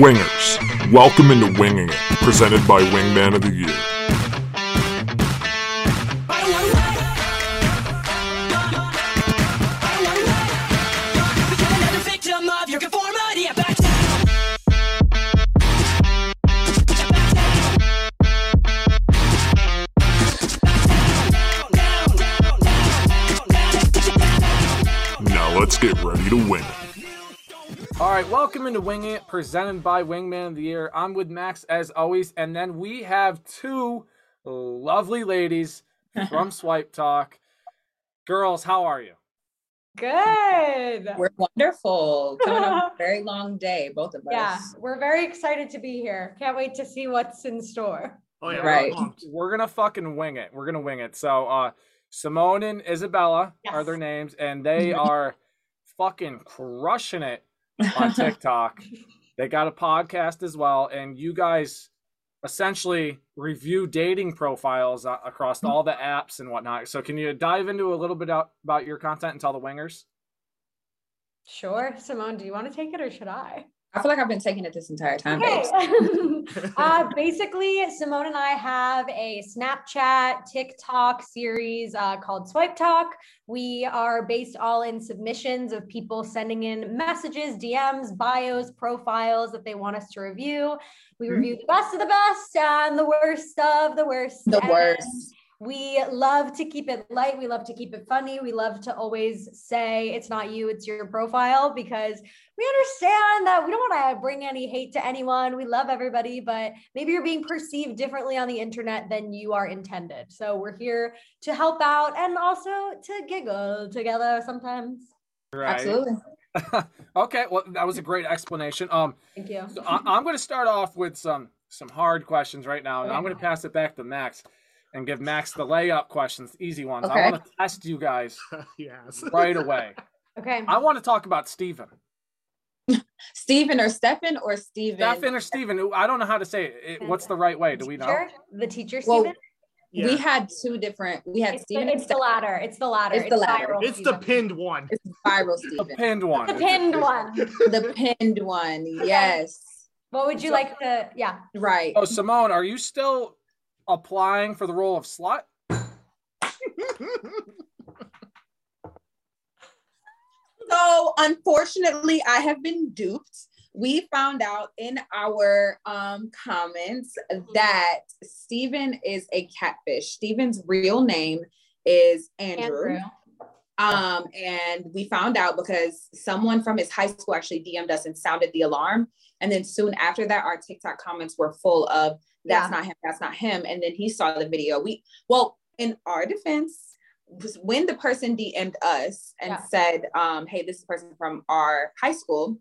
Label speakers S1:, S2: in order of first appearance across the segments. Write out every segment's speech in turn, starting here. S1: Wingers, welcome into Winging It, presented by Wingman of the Year.
S2: victim of your conformity.
S1: Now let's get ready to wing it.
S3: All right, welcome into Wing It, presented by Wingman of the Year. I'm with Max as always, and then we have two lovely ladies from Swipe Talk. Girls, how are you?
S4: Good.
S5: We're wonderful. Coming off a very long day, both of
S4: yeah,
S5: us.
S4: we're very excited to be here. Can't wait to see what's in store.
S6: Oh yeah,
S5: Right.
S3: We're gonna fucking wing it. We're gonna wing it. So, uh, Simone and Isabella are their
S4: Yes.
S3: names, and they
S5: Mhm.
S3: are fucking crushing it on TikTok. they got a podcast as well, and you guys essentially review dating profiles uh, across all the apps and whatnot. So, can you dive into a little bit out, about your content and tell the wingers?
S4: Sure. Simone, do you want to take it or should I?
S5: I feel like I've been taking it this entire time.
S4: Okay.
S5: babes.
S4: uh, basically, Simone and I have a Snapchat, TikTok series uh, called Swipe Talk. We are based all in submissions of people sending in messages, DMs, bios, profiles that they want us to review. We
S5: Mhm.
S4: review the best of the best and the worst of the worst.
S5: The
S4: And
S5: worst.
S4: We love to keep it light. We love to keep it funny. We love to always say it's not you, it's your profile because we understand that we don't want to bring any hate to anyone. We love everybody, but maybe you're being perceived differently on the internet than you are intended. So we're here to help out and also to giggle together sometimes.
S5: Absolutely.
S3: okay. Well, that was a great explanation. Um,
S4: Thank you.
S3: So I, I'm going to start off with some some hard questions right now, and I'm going to pass it back to Max and give Max the layup questions, easy ones. I
S5: Okay.
S3: want to test you guys
S6: yes.
S3: right away.
S4: Okay.
S3: I want to talk about Steven.
S5: Stephen or Stefan or Steven?
S3: Stefan or Steven, I don't know how to say it. it. What's the right way? Do we know?
S4: Teacher? The teacher,
S5: Well,
S4: Steven?
S6: Yeah.
S5: We had two different. We had
S4: It's, the,
S5: Steven and
S4: it's the
S5: Stefan.
S4: latter. It's the latter.
S5: It's the latter.
S4: viral,
S6: it's the
S4: Steven.
S6: pinned one.
S5: It's viral
S3: The
S5: Steven.
S3: pinned one.
S4: The pinned one.
S5: the pinned one. Yes.
S4: What would you
S5: So-
S4: like to? Yeah.
S5: Right.
S3: Oh, Simone, are you still applying for the role of slut?
S5: So unfortunately, I have been duped. We found out in our um, comments that Steven is a catfish. Steven's real name is Andrew.
S4: Andrew.
S5: Um, and we found out because someone from his high school actually DM'd us and sounded the alarm. And then soon after that, our TikTok comments were full of that's not him, that's not him. And then he saw the video. We well, in our defense, was when the person DM'd us and
S4: Yeah.
S5: said, um, hey, this is a person from our high school,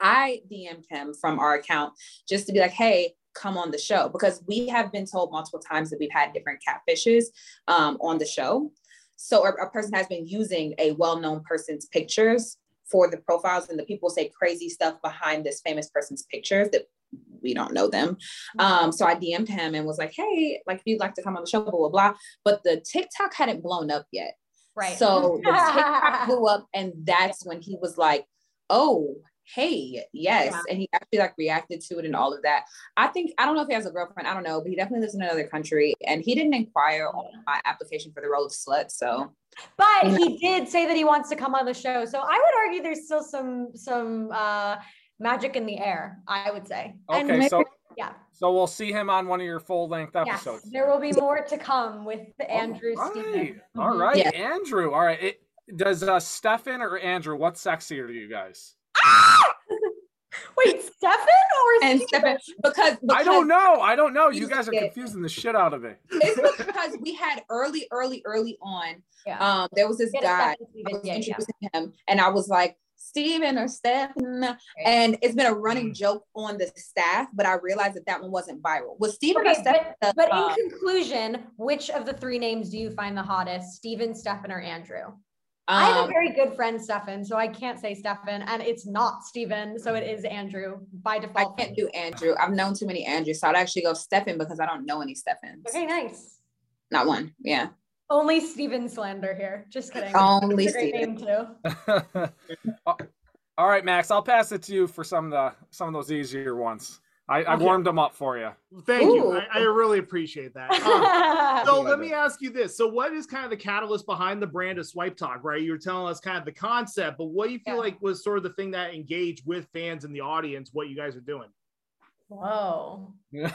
S5: I DM'd him from our account just to be like, hey, come on the show. Because we have been told multiple times that we've had different catfishes um, on the show. So a, a person has been using a well-known person's pictures for the profiles, and the people say crazy stuff behind this famous person's pictures that we don't know them. Um, so I DM'd him and was like, "Hey, like if you'd like to come on the show, blah blah blah." But the TikTok hadn't blown up yet,
S4: Right.
S5: So the TikTok blew up, and that's when he was like, "Oh." Hey, yes.
S4: Yeah.
S5: And he actually like reacted to it and all of that. I think I don't know if he has a girlfriend. I don't know, but he definitely lives in another country. And he didn't inquire on my application for the role of slut. So
S4: but he did say that he wants to come on the show. So I would argue there's still some some uh, magic in the air. I would say. And
S3: Okay, so
S4: yeah,
S3: so we'll see him on one of your full length
S4: yes,
S3: episodes.
S4: there will be more to come with
S5: Oh,
S4: Andrew
S3: All right,
S4: Stephen.
S3: all right.
S5: Yeah.
S3: Andrew. All right. It, does uh, Stefan or Andrew? What's sexier to you guys?
S4: Wait, Stefan or
S5: and
S4: Stephen?
S5: Stefan, because, because
S3: I don't know. I don't know. You
S5: You
S3: guys are
S5: did.
S3: confusing the shit out of me.
S5: It's because we had early, early, early on.
S4: Yeah.
S5: Um, there was this
S4: Get a
S5: guy.
S4: Stefan
S5: I
S4: Stephen,
S5: was
S4: yeah, yeah.
S5: introducing him, and I was like Steven or Stefan, and it's been a running
S3: Mm.
S5: joke on the staff. But I realized that that one wasn't viral. Was Steven or
S4: Okay,
S5: Stefan? the,
S4: But
S5: uh,
S4: in conclusion, which of the three names do you find the hottest? Steven, Stefan, or Andrew? I have a
S5: um,
S4: very good friend, Stefan, so I can't say Stefan, and it's not Steven, so it is Andrew by
S5: I
S4: default.
S5: can't do Andrew. I've known too many Andrews, so I'd actually go Stefan because I don't know any Stefans.
S4: Okay, nice.
S5: Not one. Yeah.
S4: Only Steven slander here. Just kidding.
S5: Only
S4: It's a great
S5: Steven.
S4: name too.
S3: Uh, All right, Max, I'll pass it to you for some of the some of those easier ones. I, I
S6: Okay.
S3: warmed them up for you.
S6: Thank you.
S5: Ooh.
S6: I, I really appreciate that. Um, so let me ask you this. So what is kind of the catalyst behind the brand of Swipe Talk, right? You were telling us kind of the concept, but what do you feel
S5: Yeah.
S6: like was sort of the thing that engaged with fans and the audience, what you guys are doing?
S4: Whoa.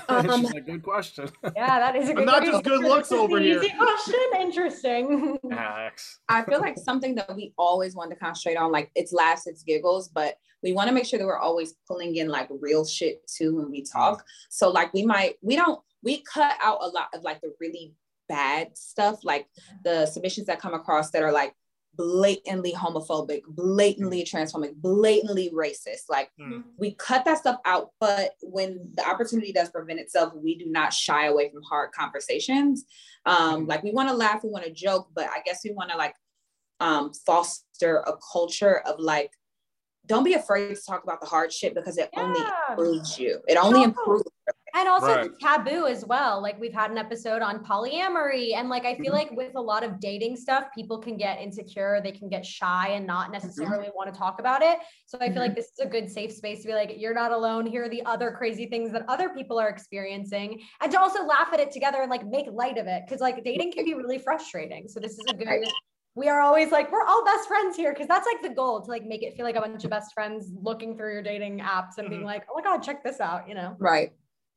S5: Um,
S3: She's like, good question,
S4: Yeah, that is a good
S6: not
S4: question.
S6: just good looks
S4: This is
S6: over
S4: an
S6: here.
S4: Easy question. Interesting.
S3: Max.
S5: I feel like something that we always want to concentrate on, like it's laughs, it's giggles, but we want to make sure that we're always pulling in like real shit too when we talk. So like we might, we don't, we cut out a lot of like the really bad stuff, like the submissions that come across that are like blatantly homophobic, blatantly transphobic, blatantly racist. Like
S4: Mm-hmm.
S6: Hmm.
S5: we cut that stuff out, but when the opportunity does present itself, we do not shy away from hard conversations. Um, like we want to laugh, we want to joke, but I guess we want to like um, foster a culture of like, don't be afraid to talk about the hardship because it only
S4: Yeah.
S5: improves you. It only
S4: No.
S5: improves.
S4: And also
S6: Right.
S4: the taboo as well. Like we've had an episode on polyamory. And like I feel
S5: Mhm.
S4: like with a lot of dating stuff, people can get insecure, they can get shy and not necessarily want to talk about it. So I
S5: Mhm.
S4: feel like this is a good safe space to be like, you're not alone. Here are the other crazy things that other people are experiencing. And to also laugh at it together and like make light of it. Cause like dating can be really frustrating. So this is a good
S5: Right.
S4: we are always like we're all best friends here because that's like the goal to like make it feel like a bunch of best friends looking through your dating apps and being
S6: Mhm.
S4: like oh my god check this out you know
S5: Right.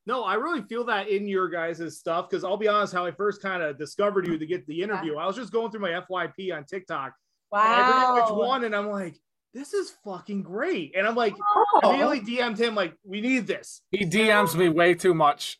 S6: No, I really feel that in your guys' stuff because I'll be honest, how I first kind of discovered you to get the interview, I was just going through my FYP on TikTok, and I
S4: wow
S6: forget which one, and I'm like, this is fucking great, and I'm like,
S4: Oh.
S6: I immediately DM'd him like, we need this.
S3: He DMs me way too much.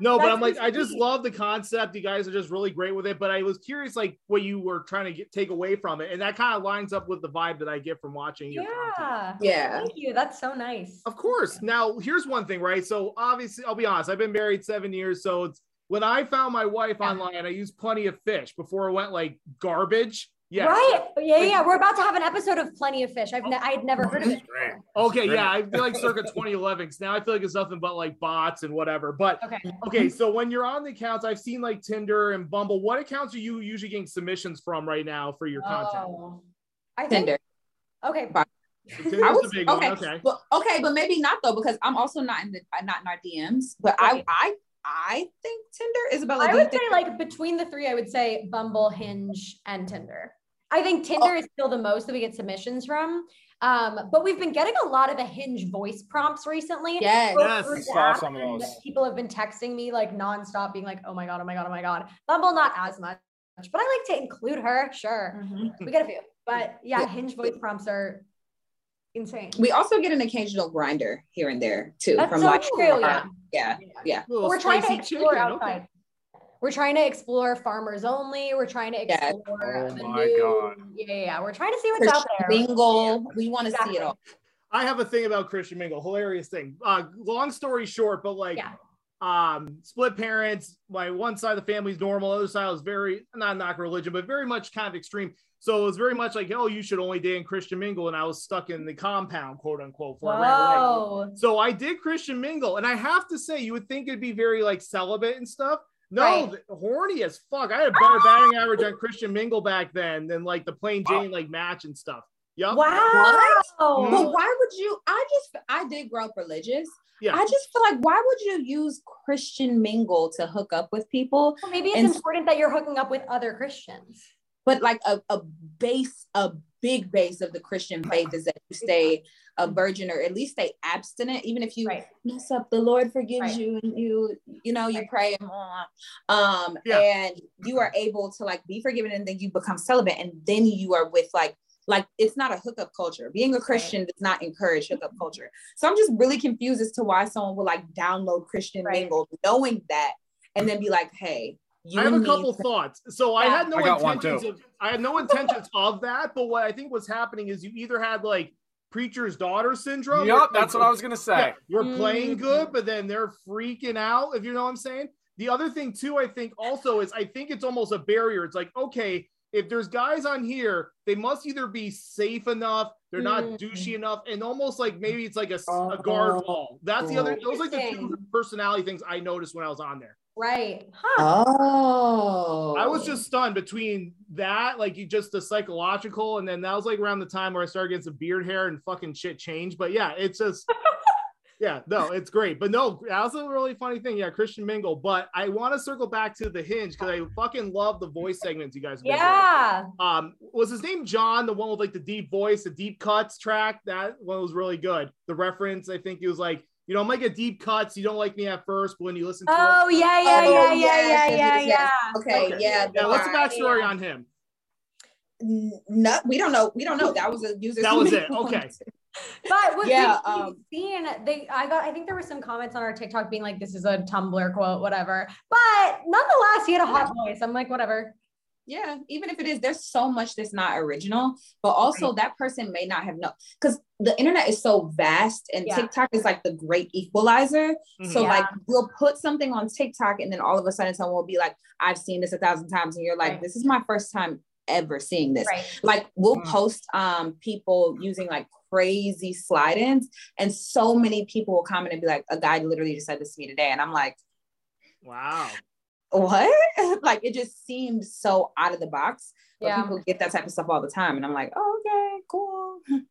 S6: No, but
S4: That's
S6: I'm like, I
S4: insane.
S6: just love the concept. You guys are just really great with it. But I was curious, like, what you were trying to get, take away from it, and that kind of lines up with the vibe that I get from watching your Oh, content.
S4: yeah
S5: Yeah.
S4: thank you that's so nice
S6: Of course. Now, here's one thing, right? So, obviously, I'll be honest. I've been married seven years, so it's when I found my wife
S4: Yeah.
S6: online, I used plenty of fish before it went like garbage. Yeah.
S4: right yeah yeah we're about to have an episode of plenty of fish i've ne- i'd never heard of it
S3: Great.
S6: Okay. Yeah. I feel like circa 2011. 'cause now I feel like it's nothing but like bots and whatever. But
S4: okay
S6: Okay, so when you're on the accounts, I've seen like Tinder and Bumble. What accounts are you usually getting submissions from right now for your content?
S4: Oh. i think
S5: Tinder.
S4: okay
S6: Tinder's
S5: I
S6: a
S5: was
S6: big
S5: okay,
S6: one. Okay.
S5: but okay, but maybe not though because I'm also not in the I'm not in our DMs. But I I I think Tinder Isabella.
S4: i
S5: do you
S4: would say
S5: think-
S4: like between the three i would say bumble hinge and tinder i think tinder is still the most that we get submissions from um, but we've been getting a lot of the hinge voice prompts recently
S5: yes.
S4: go
S6: Yes,
S4: through
S6: I
S4: the
S3: saw
S4: app,
S3: some of
S4: and
S3: those.
S4: People have been texting me like nonstop, being like, "Oh my god, oh my god, oh my god." Bumble not as much, but I like to include her. Sure, we got a few, but yeah,
S5: Mm-hmm. Yeah.
S4: Hinge voice prompts are insane.
S5: We also get an occasional grinder here and there too.
S4: That's
S5: from
S4: so
S5: like,
S4: true. Yeah.
S5: yeah, yeah.
S6: Little
S4: But we're trying to
S6: spicy
S4: explore
S6: chicken,
S4: outside. We're trying to explore farmers only. We're trying to
S5: Yes.
S4: explore.
S3: Oh
S4: the
S3: my
S4: new-
S3: God.
S4: Yeah, yeah, yeah. We're trying to see what's out
S5: Christian
S4: there.
S5: Mingle. We want to see
S4: Exactly.
S5: it all.
S6: I have a thing about Christian Mingle, hilarious thing. Uh, long story short, but like,
S4: Yeah.
S6: um, split parents. My one side of the family's normal, other side was very not knock religion, but very much kind of extreme. So it was very much like, oh, you should only date in Christian Mingle, and I was stuck in the compound, quote unquote, for around like,
S4: Whoa.
S6: So I did Christian mingle, and I have to say, you would think it'd be very like celibate and stuff. No,
S4: Right.
S6: th- horny as fuck. I had a better batting average on Christian mingle back then than like the plain Jane like match and stuff. Yup.
S4: Wow.
S5: But why would you? I just I did grow up religious.
S6: Yeah.
S5: I just feel like why would you use Christian Mingle to hook up with people?
S4: Well, maybe it's
S5: And-
S4: important that you're hooking up with other Christians.
S5: But like a, a base, a big base of the Christian faith is that you stay a virgin or at least stay abstinent, even if you
S4: Right.
S5: mess up, the Lord forgives
S4: Right.
S5: you and you, you know, you
S4: Right.
S5: pray and blah, blah. um
S6: Yeah.
S5: and you are able to like be forgiven and then you become celibate and then you are with like like it's not a hookup culture. Being a Christian does not encourage hookup culture. So I'm just really confused as to why someone would like download Christian
S4: Right.
S5: Mingle knowing that and then be like, hey, you
S6: I have a
S5: and me-
S6: couple thoughts. So I
S4: Yeah.
S6: had no
S3: I got one,
S6: intentions
S3: too.
S6: of I had no intentions of that, but what I think was happening is you either had like preacher's daughter syndrome.
S3: Yep,
S6: where,
S3: that's
S6: like,
S3: what I was gonna
S6: Yeah,
S3: say.
S6: you're
S5: Mm.
S6: playing good, but then they're freaking out, if you know what I'm saying. The other thing, too, I think also is I think it's almost a barrier. It's like, okay, if there's guys on here, they must either be safe enough, they're not
S4: Mm.
S6: douchey enough, and almost like maybe it's like a, s- a guard wall. That's the other, those like the two
S4: Interesting.
S6: personality things I noticed when I was on there.
S4: Right. Huh.
S5: Oh.
S6: I was just stunned between that, like you just the psychological, and then that was like around the time where I started getting some beard hair and fucking shit changed. But yeah, it's just yeah, no, it's great. But no, that was a really funny thing. Yeah, Christian Mingle. But I want to circle back to the hinge because I fucking love the voice segments you guys have been doing.
S4: Yeah.
S6: Um, was his name John, the one with like the deep voice, the deep cuts track? That one was really good. The reference, I think it was like, you know, I might get deep cuts, you don't like me at first, but when you listen to it.
S4: Oh yeah, yeah, yeah,
S5: Oh,
S4: yeah, yeah,
S5: yes,
S4: yeah,
S5: yes, yes.
S4: yeah.
S5: okay,
S6: Okay.
S5: Yeah.
S6: Yeah, what's the
S5: alright.
S6: backstory on him?
S5: N- No, we don't know. We don't know. That was a user.
S6: That was it. Okay.
S4: But what
S5: Yeah,
S4: yeah,
S5: um,
S4: seen, they I got I think there were some comments on our TikTok being like, this is a Tumblr quote, whatever. But nonetheless, he had a hot voice. I'm like, whatever.
S5: Yeah, even if it is, there's so much that's not original, but also that person may not have known because the internet is so vast and
S4: Yeah.
S5: TikTok is like the great equalizer.
S6: Mhm.
S5: So,
S4: Yeah.
S5: like, we'll put something on TikTok and then all of a sudden someone will be like, I've seen this a thousand times. And you're like,
S4: Right.
S5: this is my first time ever seeing this.
S4: Right.
S5: Like, we'll
S3: Mm.
S5: post um people using like crazy slide ins, and so many people will comment and be like, a guy literally just said this to me today. And I'm like,
S6: Wow.
S5: what? like it just seemed so out of the box. But
S4: Yeah.
S5: people get that type of stuff all the time. And I'm like, oh, okay, cool.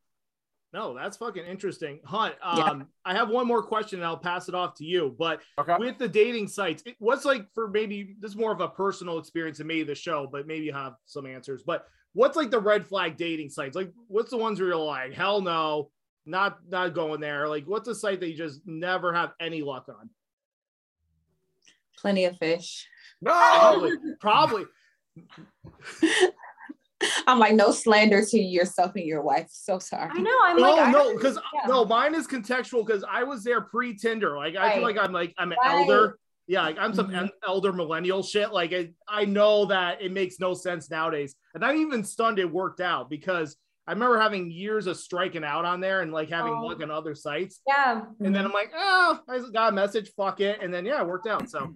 S6: No, that's fucking interesting. Hunt, um,
S5: Yeah.
S6: I have one more question and I'll pass it off to you. But
S3: Okay.
S6: with the dating sites, it, what's like for maybe this is more of a personal experience than maybe the show, but maybe you have some answers. But what's like the red flag dating sites? Like, what's the ones where you're like, hell no, not not going there? Like, what's a site that you just never have any luck on?
S5: Plenty of fish.
S3: No.
S6: Probably, probably.
S5: I'm like, no slander to yourself and your wife. So sorry.
S4: I know. I'm
S6: No,
S4: like, I
S6: no,
S4: don't-
S6: because
S4: yeah.
S6: no, mine is contextual because I was there pre Tinder. Like I feel
S4: Right.
S6: like I'm like I'm an
S4: Right. Mm-hmm.
S6: elder. Yeah, like I'm some
S5: Mhm.
S6: en- elder millennial shit. Like I, I know that it makes no sense nowadays, and I'm even stunned it worked out because I remember having years of striking out on there and like having
S4: Oh. Mm-hmm.
S6: luck on other sites,
S4: yeah.
S6: and then I'm like, oh, I just got a message, fuck it, and then yeah, it worked out. So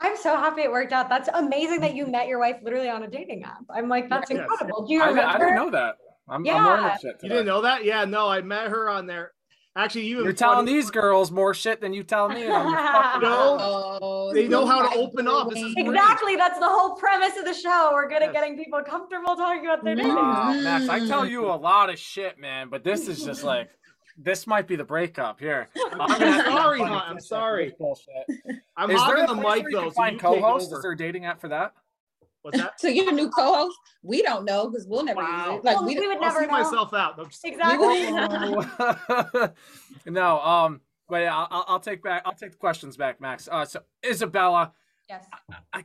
S4: I'm so happy it worked out. That's amazing that you met your wife literally on a dating app. I'm like, that's
S6: Yes.
S4: incredible. Do you
S3: I,
S4: remember?
S3: I didn't know that. I'm, I'm learning
S4: Yeah.
S3: shit
S6: you
S3: today.
S6: didn't know that? Yeah, no, I met her on there. Actually, you
S3: You're
S6: and
S3: telling
S6: funny-
S3: these girls more shit than you tell me. and I'm your fucking
S6: No.
S3: girl.
S5: Oh,
S6: They know how to
S5: my
S6: open up. This is
S5: brain.
S6: great.
S4: Exactly. That's the whole premise of the show. We're good
S6: Yes.
S4: at getting people comfortable talking about their
S5: Mhm.
S4: dating.
S3: Wow, Max, I tell you a lot of shit, man, but this is just like, this might be the breakup here. I'm gonna have to have
S6: sorry,
S3: fun
S6: Hunt,
S3: with
S6: I'm
S3: this
S6: sorry.
S3: bullshit.
S6: I'm
S3: is there
S6: hogging
S3: a
S6: the
S3: place where
S6: mic
S3: you can
S6: though. so you
S3: find
S6: take
S3: co-hosts?
S6: over.
S3: Is there a dating app for that?
S6: What's that?
S5: So your new co-host, we don't know because we'll never
S6: Wow.
S5: use it. Like
S4: Well,
S5: we,
S4: we would
S6: I'll
S4: never
S6: see
S4: know.
S6: myself out. I'm just-
S4: Exactly.
S3: no, um, but yeah, I'll- I'll, I'll take back. I'll take the questions back, Max. Uh, so Isabella,
S4: yes.
S3: I'm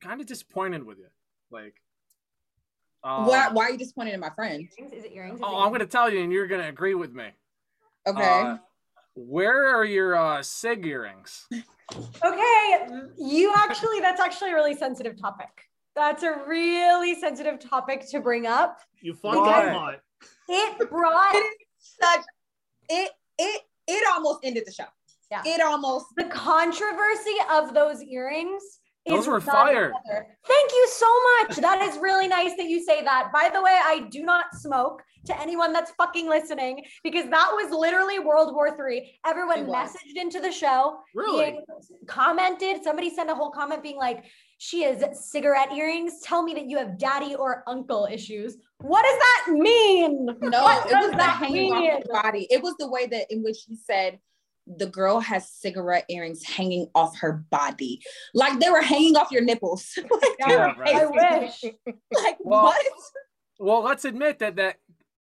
S3: kind of disappointed with you. Like,
S6: Oh.
S3: um,
S5: why, why are you disappointed in my friend?
S4: Earrings? Is it earrings? Is it
S3: Oh, I'm
S4: earrings?
S3: gonna tell you, and you're gonna agree with me.
S5: Okay.
S3: Uh, where are your uh, sig earrings?
S4: Okay, you actually, that's actually a really sensitive topic. That's a really sensitive topic to bring up.
S6: You fucked up
S3: Why?
S6: on it.
S4: It brought
S5: Such it it it almost ended the show.
S4: Yeah.
S5: It almost
S4: the controversy of those earrings. is
S3: Those were
S4: not
S3: fire.
S4: another. Thank you so much. That is really nice that you say that. By the way, I do not smoke to anyone that's fucking listening because that was literally World War Three.
S5: It
S4: Everyone
S5: was.
S4: messaged into the show.
S6: Really?
S4: being commented. Somebody sent a whole comment being like, she has cigarette earrings. Tell me that you have daddy or uncle issues. What does that mean?
S5: No,
S4: What
S5: it
S4: does
S5: was the
S4: that
S5: hanging off
S4: mean?
S5: her body. It was the way that in which he said the girl has cigarette earrings hanging off her body. Like they were hanging off your nipples. like,
S3: Yeah,
S4: I
S3: right.
S4: wish.
S5: like,
S3: Well-
S5: what?
S3: Well, let's admit that that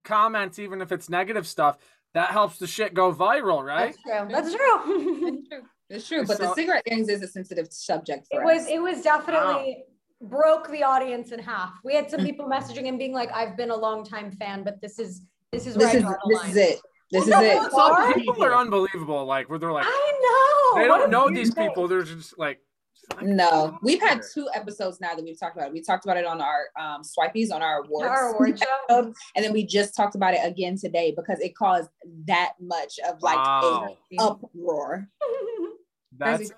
S3: comments, even if it's negative stuff, that helps the shit go viral, right?
S4: That's true. That's true.
S5: It's true, but the
S3: So-
S5: cigarette earrings is a sensitive subject for
S4: it was
S5: us.
S4: it was definitely broke the audience in half. We had some people messaging and being like, I've been a long time fan, but this is this is
S5: this
S4: right
S5: is
S4: on the
S5: this
S4: line.
S5: is it. This is
S4: Well,
S5: it.
S4: no,
S6: What's up with
S3: People are unbelievable. Like where they're like,
S4: I know.
S3: they
S4: What
S3: don't
S4: a
S3: know
S4: weird
S3: these
S4: thing.
S3: people. They're just like,
S5: No, we've had
S3: Sure.
S5: two episodes now that we've talked about it. We talked about it on our um, swipies on our awards,
S4: Our award show.
S5: and then we just talked about it again today because it caused that much of like
S3: wow,
S5: a uproar.
S3: that's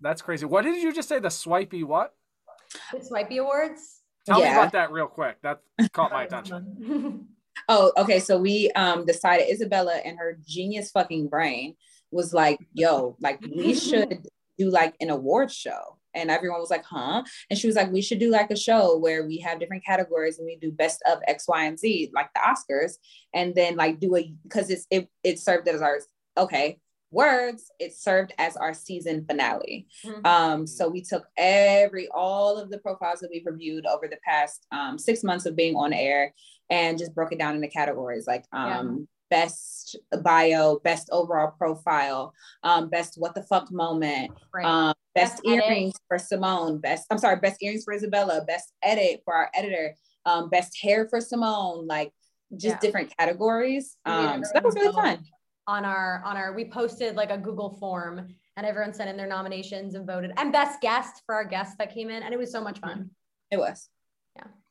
S3: that's crazy. What did you just say? The swipey what?
S4: this might be awards.
S3: Tell me
S5: Yeah.
S3: about that real quick. That caught my attention.
S5: Oh, okay. So we um decided Isabella and her genius fucking brain was like, yo, like we should do like an award show. And everyone was like, huh? And she was like, we should do like a show where we have different categories and we do best of X, Y, and Z, like the Oscars. And then like do a because it's it it served as our okay words, it served as our season finale.
S4: Mhm.
S5: Um, so we took every all of the profiles that we've reviewed over the past um, six months of being on air and just broke it down into categories like
S4: Yeah.
S5: um best bio, best overall profile, um, best what the fuck moment,
S4: Right.
S5: um, best,
S4: Best edit.
S5: earrings for Simone, best I'm sorry, best earrings for Isabella, best edit for our editor, um, best hair for Simone, like just
S4: Yeah.
S5: different categories.
S4: We made
S5: Um, so that was really
S4: everyone
S5: fun.
S4: on our on our we posted like a Google form and everyone sent in their nominations and voted and best guest for our guests that came in and it was so much fun.
S5: It was.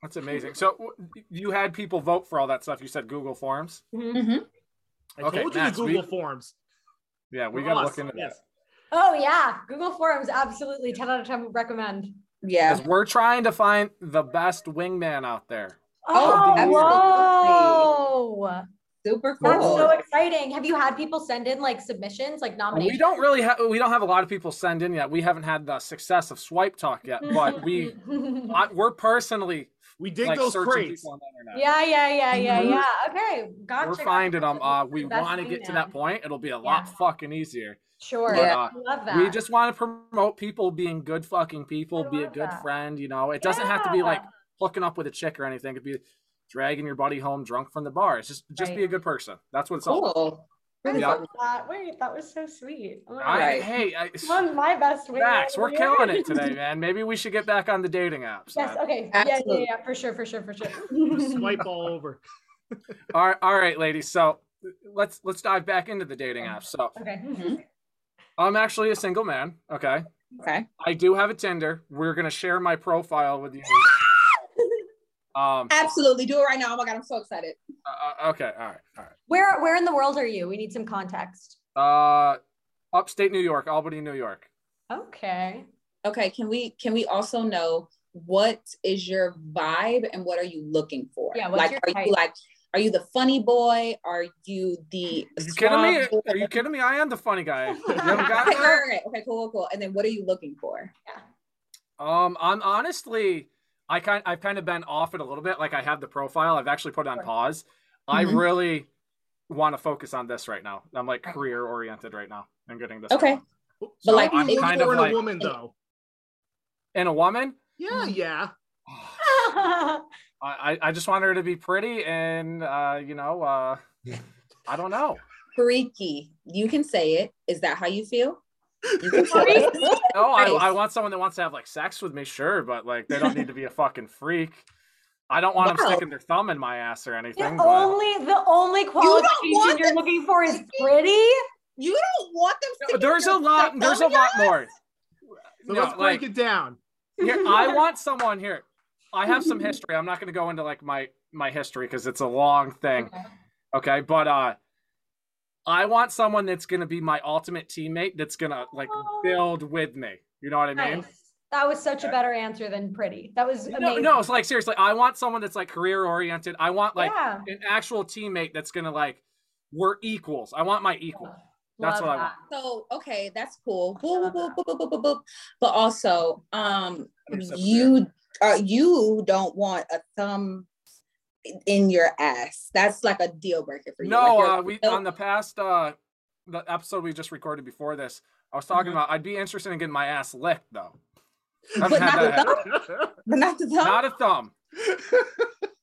S3: That's amazing. So w- you had people vote for all that stuff. You said Google Forms.
S4: Mm-hmm.
S6: I
S3: Okay,
S6: told you
S3: Max,
S6: the
S3: we-
S6: Google Forms.
S3: Yeah, we got to look
S6: Awesome,
S3: into that.
S6: yes.
S4: Oh yeah, Google Forms absolutely 10 out of 10 would recommend.
S5: Yeah.
S3: Because we're trying to find the best wingman out there.
S4: Oh,
S3: absolutely. Oh,
S4: whoa.
S5: Super cool.
S4: That's so exciting. Have you had people send in like submissions, like nominations?
S3: We don't really have we don't have a lot of people send in yet. We haven't had the success of swipe talk yet,
S4: Mm-hmm.
S3: but we I, we're personally
S6: We dig
S3: like
S6: those
S3: searching
S6: crates.
S3: people on the internet.
S4: yeah, yeah, yeah, yeah,
S5: Mhm.
S4: yeah. Okay, gotcha.
S3: Mm-hmm. we're
S4: gotcha,
S3: finding them.
S4: gotcha.
S3: Uh,
S4: Who's
S3: we
S4: the best
S3: want to
S4: thing
S3: get to
S4: now?
S3: that point. It'll be a lot
S4: Yeah.
S3: fucking easier.
S4: Sure,
S5: Yeah.
S4: I love that.
S3: We just want to promote people being good fucking people,
S4: I
S3: be a
S4: love
S3: good
S4: that.
S3: friend. You know, it doesn't have to be like
S4: Yeah.
S3: hooking up with a chick or anything. It could be dragging your buddy home drunk from the bar. It's just just be
S4: Right.
S3: a good person. That's what it's all. about.
S5: cool.
S4: I
S5: Really
S3: Yeah.
S4: love that. Wait, that was so sweet. Oh my
S3: I,
S5: Right.
S3: Hey, I,
S4: God. One of my best wingman
S3: Max, we're
S4: here.
S3: killing it today, man. Maybe we should get back on the dating apps.
S4: Yes.
S3: man.
S4: Okay. Yeah, yeah.
S5: Absolutely.
S4: Yeah. For sure. For sure. For sure.
S6: Just swipe all over.
S3: All right, all right, ladies. So let's let's dive back into the dating apps. So
S4: okay.
S3: I'm actually a single man. Okay.
S5: Okay.
S3: I do have a Tinder. We're gonna share my profile with you. Um.
S5: Absolutely. Do it right now. Oh my God. I'm so excited.
S3: uh, okay. All right. All
S4: Where Where in the world are you? We need some context.
S3: right. Uh, upstate New York, Albany, New York.
S4: Okay.
S5: Okay. Can we can we also know what is your vibe and what are you looking for?
S4: Yeah, what's
S5: Like
S4: your
S5: are
S4: type?
S5: you like are you the funny boy? Are you the
S3: Are you kidding me?
S5: suave boy?
S3: Are you kidding me? I am the funny guy. You haven't
S5: Okay,
S3: gotten
S5: all
S3: there?
S5: right, all right. okay, cool, cool, cool. And then what are you looking for?
S3: Um, I'm honestly, I kind, I've kind of been off it a little bit. Like I have the profile, I've actually put it on
S4: Right.
S3: pause. I
S5: Mhm.
S3: really want to focus on this right now. I'm like career oriented right now. I'm getting this.
S5: Okay.
S3: going.
S6: But
S3: So
S5: like,
S3: I'm
S5: it-
S3: kind of
S6: Or in
S3: like
S6: a woman though.
S3: in a woman.
S6: Yeah,
S5: Mm.
S6: yeah.
S4: I
S3: I, I- I just want her to be pretty and uh, you know, uh, I don't know.
S5: Freaky. You can say it. Is that how you feel? You can tell
S4: Freaky?
S5: us.
S3: No, I,
S5: Nice.
S3: I want someone that wants to have like sex with me, sure, but like they don't need to be a fucking freak. I don't want them
S5: Wow. oh,
S3: sticking their thumb in my ass or
S4: the
S3: anything. but-
S4: only The only
S5: want
S4: qualification you are
S5: the
S4: looking for is
S5: freaking-
S4: pretty.
S5: You don't want them
S3: No,
S5: sticking
S3: there's a
S5: their
S3: lot.
S5: thumb
S3: There's a
S5: in your
S3: lot more.
S6: So
S3: No,
S6: let's
S3: like-
S6: break it down.
S3: Here, I want someone here. I have some history. I'm not going to go into like my my history because it's a long thing.
S4: Oh,
S3: Okay, but uh, I want someone that's going to be my ultimate teammate. That's going to like
S4: Oh.
S3: build with me. You know what I mean?
S4: Nice. That was such a better answer than pretty. That was amazing.
S3: No, no, it's like seriously. I want someone that's like career oriented. I want like
S4: yeah.
S3: an actual teammate that's going to like we're equals. I want my equal. That's
S4: Love
S3: what I
S4: that.
S5: So okay, that's cool. Boop, boop, boop, boop, boop, boop, boop. But also, um,
S3: Let me step up
S5: you uh, you don't want a thumb in your ass. That's like a deal breaker for you.
S3: No,
S5: Like, you're-
S3: uh, we on the past uh the episode we just recorded before this, I was talking
S5: Mhm.
S3: about I'd be interested in getting my ass licked though. I haven't had
S5: But not
S3: that
S5: a
S3: happen.
S5: but not the thumb.
S3: Not a thumb.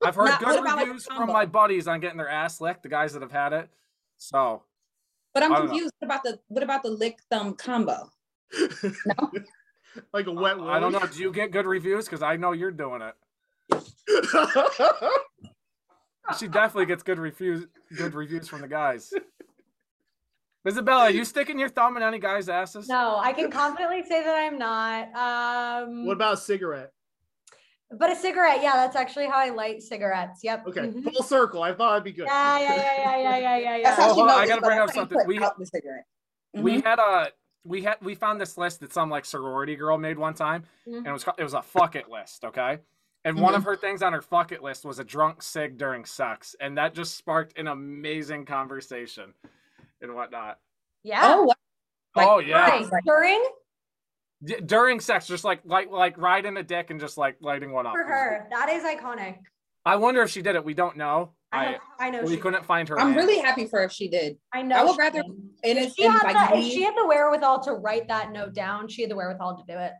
S3: I've heard
S5: Not- what
S3: good
S5: about, like,
S3: reviews from
S5: combo?
S3: my buddies on getting their ass licked, the guys that have had it. So
S5: but
S3: I
S5: I'm
S3: don't know.
S5: confused about the what about the lick thumb combo?
S6: like a wet.
S3: I don't know. Do you get good reviews? Because I know you're doing it.
S6: know.
S3: She definitely gets good reviews good reviews from the guys. Isabella, you sticking your thumb in any guys' asses?
S4: No, I can confidently say that I'm not. Um,
S6: what about a cigarette?
S4: But a cigarette, yeah, that's actually how I light cigarettes. Yep.
S6: Okay,
S5: Mm-hmm.
S4: Mhm.
S6: full circle. I thought it'd be good.
S4: Yeah, yeah, yeah, yeah, yeah, yeah, yeah, yeah.
S5: That's how
S3: Oh,
S5: she
S3: hold on,
S5: knows.
S3: I
S5: it,
S3: gotta
S5: but
S3: bring
S5: that's
S3: up
S5: how you
S3: something.
S5: put
S3: We-
S5: out the cigarette.
S3: we
S5: Mhm.
S3: had a we had we found this list that some like sorority girl made one time and it was ca- it was a fuck it list okay and one of her things on her fuck it list was a drunk sig during sex and that just sparked an amazing conversation and whatnot
S4: Yeah.
S5: Oh, wow. Like,
S3: oh yeah
S4: Nice. During?
S3: D- during sex, just like like like riding a dick and just like lighting one up.
S4: for her. That is iconic.
S3: I wonder if she did it. We don't know.
S4: I,
S3: I,
S4: know- I know.
S3: we
S4: she,
S3: couldn't find her.
S5: I'm
S3: name.
S5: really happy for her if she did.
S4: I know.
S5: I would
S4: she
S5: rather-
S4: did.
S5: And
S4: If
S5: it's
S4: she, had
S5: like
S4: the, if
S5: me-
S4: she had the wherewithal to write that note down, she had the wherewithal to do it.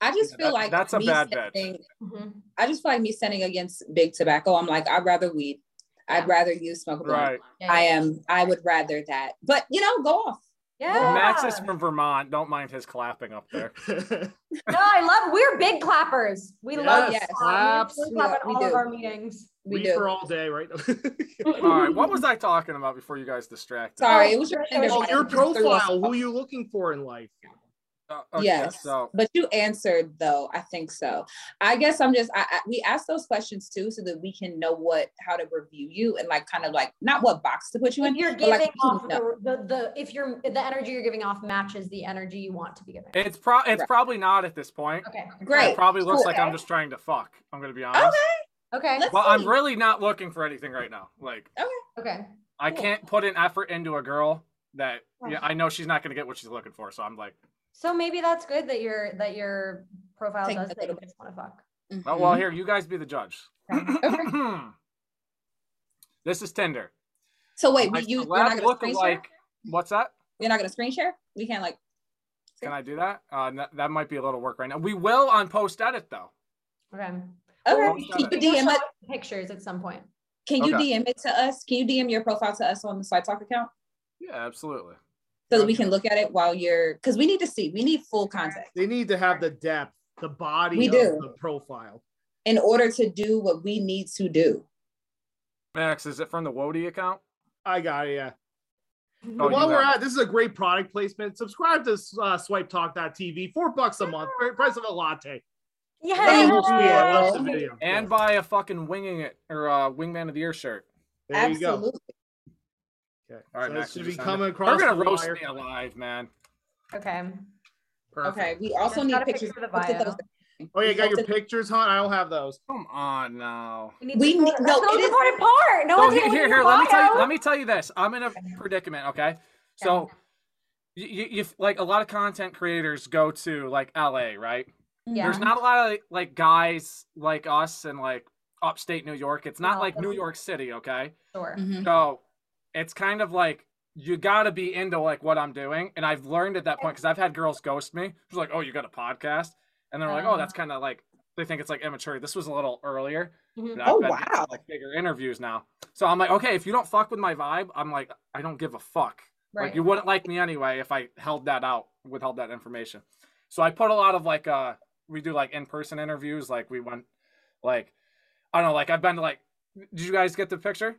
S5: I just
S3: Yeah,
S5: feel
S3: that-
S5: like
S3: that's a
S5: me
S3: bad bet.
S5: standing-
S4: Mhm.
S5: I just feel like me standing against big tobacco. I'm like, I'd rather weed. I'd rather you smoke a blunt.
S3: right.
S4: Yeah,
S5: I uh,
S4: yeah.
S5: am. I would rather that. But you know, go off.
S4: Yeah.
S3: Well, Max is from Vermont. Don't mind his clapping up there.
S4: No, I love. We're big clappers. We love.
S5: Yes,
S4: claps. We
S5: claps.
S4: clap at
S5: We
S4: all of
S5: do.
S4: our meetings.
S5: We
S6: Weed
S5: do.
S6: for all day, right?
S3: All right. What was I talking about before you guys distracted?
S5: Sorry, it was your.
S4: Oh,
S6: oh,
S5: internet.
S6: your
S5: It threw us
S6: profile.
S5: off.
S6: Who you looking for in life?
S3: Uh, okay,
S5: yes,
S3: So
S5: but you answered though. I think so. I guess I'm just. I, I we ask those questions too, so that we can know what how to review you and like kind of like not what box to put you in.
S4: If you're
S5: but,
S4: giving
S5: like,
S4: off
S5: no.
S4: the, the the if you're the energy you're giving off matches the energy you want to be giving.
S3: it's pro it's
S5: Right.
S3: probably not at this point.
S4: Okay.
S5: great.
S3: It probably looks like I'm
S5: Okay.
S3: just trying to fuck. I'm gonna be honest.
S5: Okay.
S4: Okay.
S5: Let's
S3: But I'm
S5: see.
S3: really not looking for anything right now. Like
S4: Okay.
S3: I
S5: Cool.
S3: can't put an effort into a girl that yeah,
S4: Right.
S3: I know she's not gonna get what she's looking for. So I'm like,
S4: So maybe that's good that your that your profile
S5: Take
S4: does
S5: a
S4: that you
S5: little
S4: just want to fuck.
S3: oh
S5: Mm-hmm.
S3: well, here you guys be the judge. this is Tinder.
S5: So wait,
S3: My
S5: we, you, you're
S3: celeb
S5: not gonna screen share.
S3: lookalike- What's that?
S5: You're not gonna screen share. We can't like.
S3: Can I do that? Uh, that, that might be a little work right now. We will on post edit though.
S4: Okay. Well,
S5: Okay.
S3: we
S5: Can
S4: But
S5: you
S4: you'll
S5: DM
S4: show
S5: it?
S4: us pictures at some point.
S5: Can you
S3: Okay.
S5: DM it to us? Can you DM your profile to us on the Slide Talk account
S3: Yeah, absolutely.
S5: so that we can look at it while you're? Because we need to see. We need full context
S6: They need to have the depth, the body
S5: We
S6: of
S5: do.
S6: the profile.
S5: in order to do what we need to do.
S3: Max, is it from the Wody account?
S6: I got it. Yeah.
S3: Oh, you
S6: While we're
S3: have
S6: at, this is a great product placement. Subscribe to uh, SwipeTalk.tv. Four bucks a month. Pri- Price of a latte.
S5: Thank
S6: Watch the video,
S4: Yeah.
S6: watch the video.
S3: And buy a fucking winging it or uh, wingman of the year shirt.
S6: there you go.
S5: Absolutely.
S6: Okay.
S3: All right,
S6: so
S3: Max,
S6: this should
S3: you
S6: be
S3: signed
S6: coming
S3: it.
S6: across.
S3: We're gonna
S6: the
S3: roast
S6: wire.
S3: me alive, man.
S4: Okay.
S6: Perfect.
S5: Okay. We also
S4: Just
S5: need
S4: got a picture
S5: pictures.
S4: of the
S5: Look at
S4: bio.
S5: those.
S6: Oh yeah,
S5: We
S6: got
S5: have
S6: your
S5: to-
S6: pictures, huh? I don't have those.
S3: Come on now.
S4: We need,
S5: We
S4: to-
S5: need-
S4: that's the
S5: no, it
S4: most
S5: is-
S4: important part. No
S3: So
S4: one's
S3: here,
S4: gonna
S3: here,
S4: read your
S3: here let me tell you.
S4: bio.
S3: Let me tell you this. I'm in a predicament. Okay, so you, you, you like a lot of content creators go to like LA, right?
S4: Yeah.
S3: There's not a lot of like guys like us in like upstate New York. It's not
S4: No,
S3: like New
S4: definitely.
S3: York City, okay?
S4: Sure.
S5: Mhm.
S3: So it's kind of like you gotta be into like what I'm doing. And I've learned at that point because I've had girls ghost me. She's like, Oh, you got a podcast? And they're like, Oh,
S5: Uh-huh.
S3: that's kind of like they think it's like immature. This was a little earlier.
S4: Mhm.
S3: but
S5: Oh
S3: I've had
S5: wow.
S3: like bigger interviews now. So I'm like, okay, if you don't fuck with my vibe, I'm like, I don't give a fuck.
S4: Right.
S3: Like you wouldn't like me anyway if I held that out, withheld that information. So I put a lot of like uh we do like in-person interviews, like we went like I don't know, like I've been to like did you guys get the picture?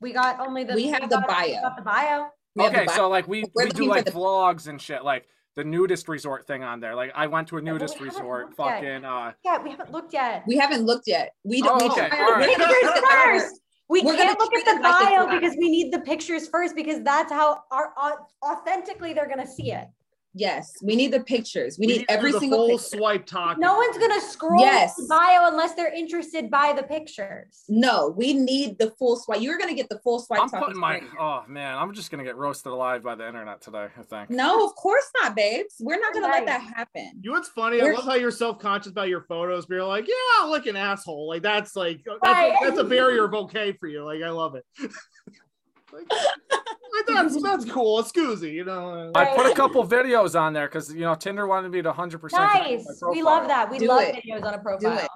S4: we got only the
S5: We have the
S4: got- we
S5: bio.
S4: got the bio.
S5: We have the
S3: okay,
S5: bio.
S3: so like we
S5: We're
S3: we do
S5: looking for
S3: like
S5: the-
S3: vlogs and shit, like the nudist resort thing on there. Like I went to a
S4: but we
S3: nudist
S4: haven't
S3: resort,
S4: looked at
S3: fucking uh
S4: Yeah, we haven't looked yet.
S5: we haven't looked yet. We don't.
S3: Oh,
S5: we
S3: okay,
S5: tried-
S3: all right.
S5: we tried
S4: Pictures
S5: to-
S4: first. We
S5: We're
S4: can't
S5: gonna
S4: look at
S5: treat
S4: the
S5: it like it's
S4: bio
S5: not.
S4: because we need the pictures first because that's how our, au- authentically they're gonna see it.
S5: Yes, we need the pictures. We, need,
S6: to do
S5: every
S6: the
S5: single.
S6: whole
S5: Picture.
S6: swipe talk.
S4: No one's gonna scroll
S5: Yes.
S4: the bio unless they're interested by the pictures.
S5: no, we need the full swipe. You're gonna get the full swipe.
S3: I'm
S5: talk
S3: putting my
S5: experience.
S3: oh man, I'm just gonna get roasted alive by the internet today, I think.
S5: No, of course not, babes. We're not gonna
S4: Right.
S5: let that happen.
S6: You know what's funny? I
S5: We're-
S6: love how you're self-conscious about your photos, but you're like, yeah, I look an asshole. Like that's like that's,
S4: Right.
S6: that's a barrier of okay for you. Like I love it. like, that's that's cool. It's koozy, you know.
S3: I put a couple videos on there because you know Tinder wanted me to 100. percent
S4: Nice. We love that. We
S5: Do
S4: love
S5: it.
S4: videos on a profile.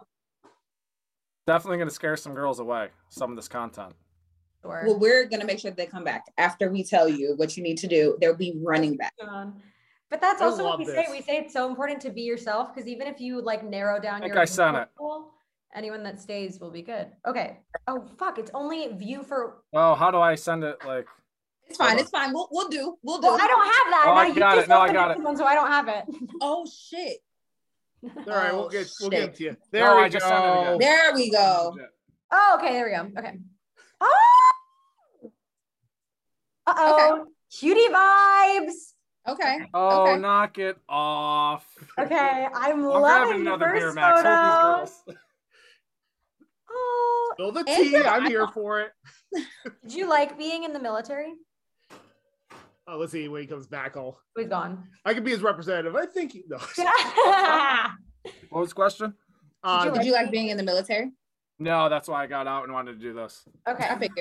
S3: Definitely gonna scare some girls away. Some of this content.
S4: Sure.
S5: Well, we're gonna make sure they come back after we tell you what you need to do. They'll be running back.
S4: Um, But that's
S6: I
S4: also
S6: love
S4: what we
S6: this.
S4: say. We say it's so important to be yourself because even if you like narrow down
S3: think
S4: your
S3: I said it.
S4: goal, anyone that stays will be good. Okay. Oh fuck! It's only view for.
S3: Oh, how do I send it? Like,
S5: It's fine.
S3: Hold on.
S5: It's fine. We'll we'll do. We'll do.
S4: Well, I don't have that.
S3: Oh, I
S4: Now you
S3: got it.
S4: just
S3: No, I
S4: opened
S3: got
S4: up
S3: it.
S4: one, so I don't have it.
S5: Oh shit!
S6: All right, we'll get we'll get it to you. There
S3: No,
S6: we
S3: I just sent it
S6: go.
S3: again.
S5: There we go.
S4: Oh, okay. There we go. Okay. Oh. Uh oh. Cutie vibes.
S5: Okay.
S3: oh,
S5: Okay.
S3: knock it off.
S4: Okay,
S3: I'm
S4: I'm,
S3: grabbing
S4: loving the
S3: another
S4: first
S3: beer, Max. Hold
S4: photo.
S3: these girls.
S4: Oh,
S6: Fill the
S5: And
S6: tea.
S5: the
S6: I'm here for it.
S4: did you like being in the military?
S6: Oh, let's see when he comes back. I'll
S4: He's gone.
S6: I could be his representative. I think he, no.
S3: What was the question?
S6: Uh,
S5: Did you like being in the military?
S3: No, that's why I got out and wanted to do this.
S5: I
S4: okay.
S5: figured.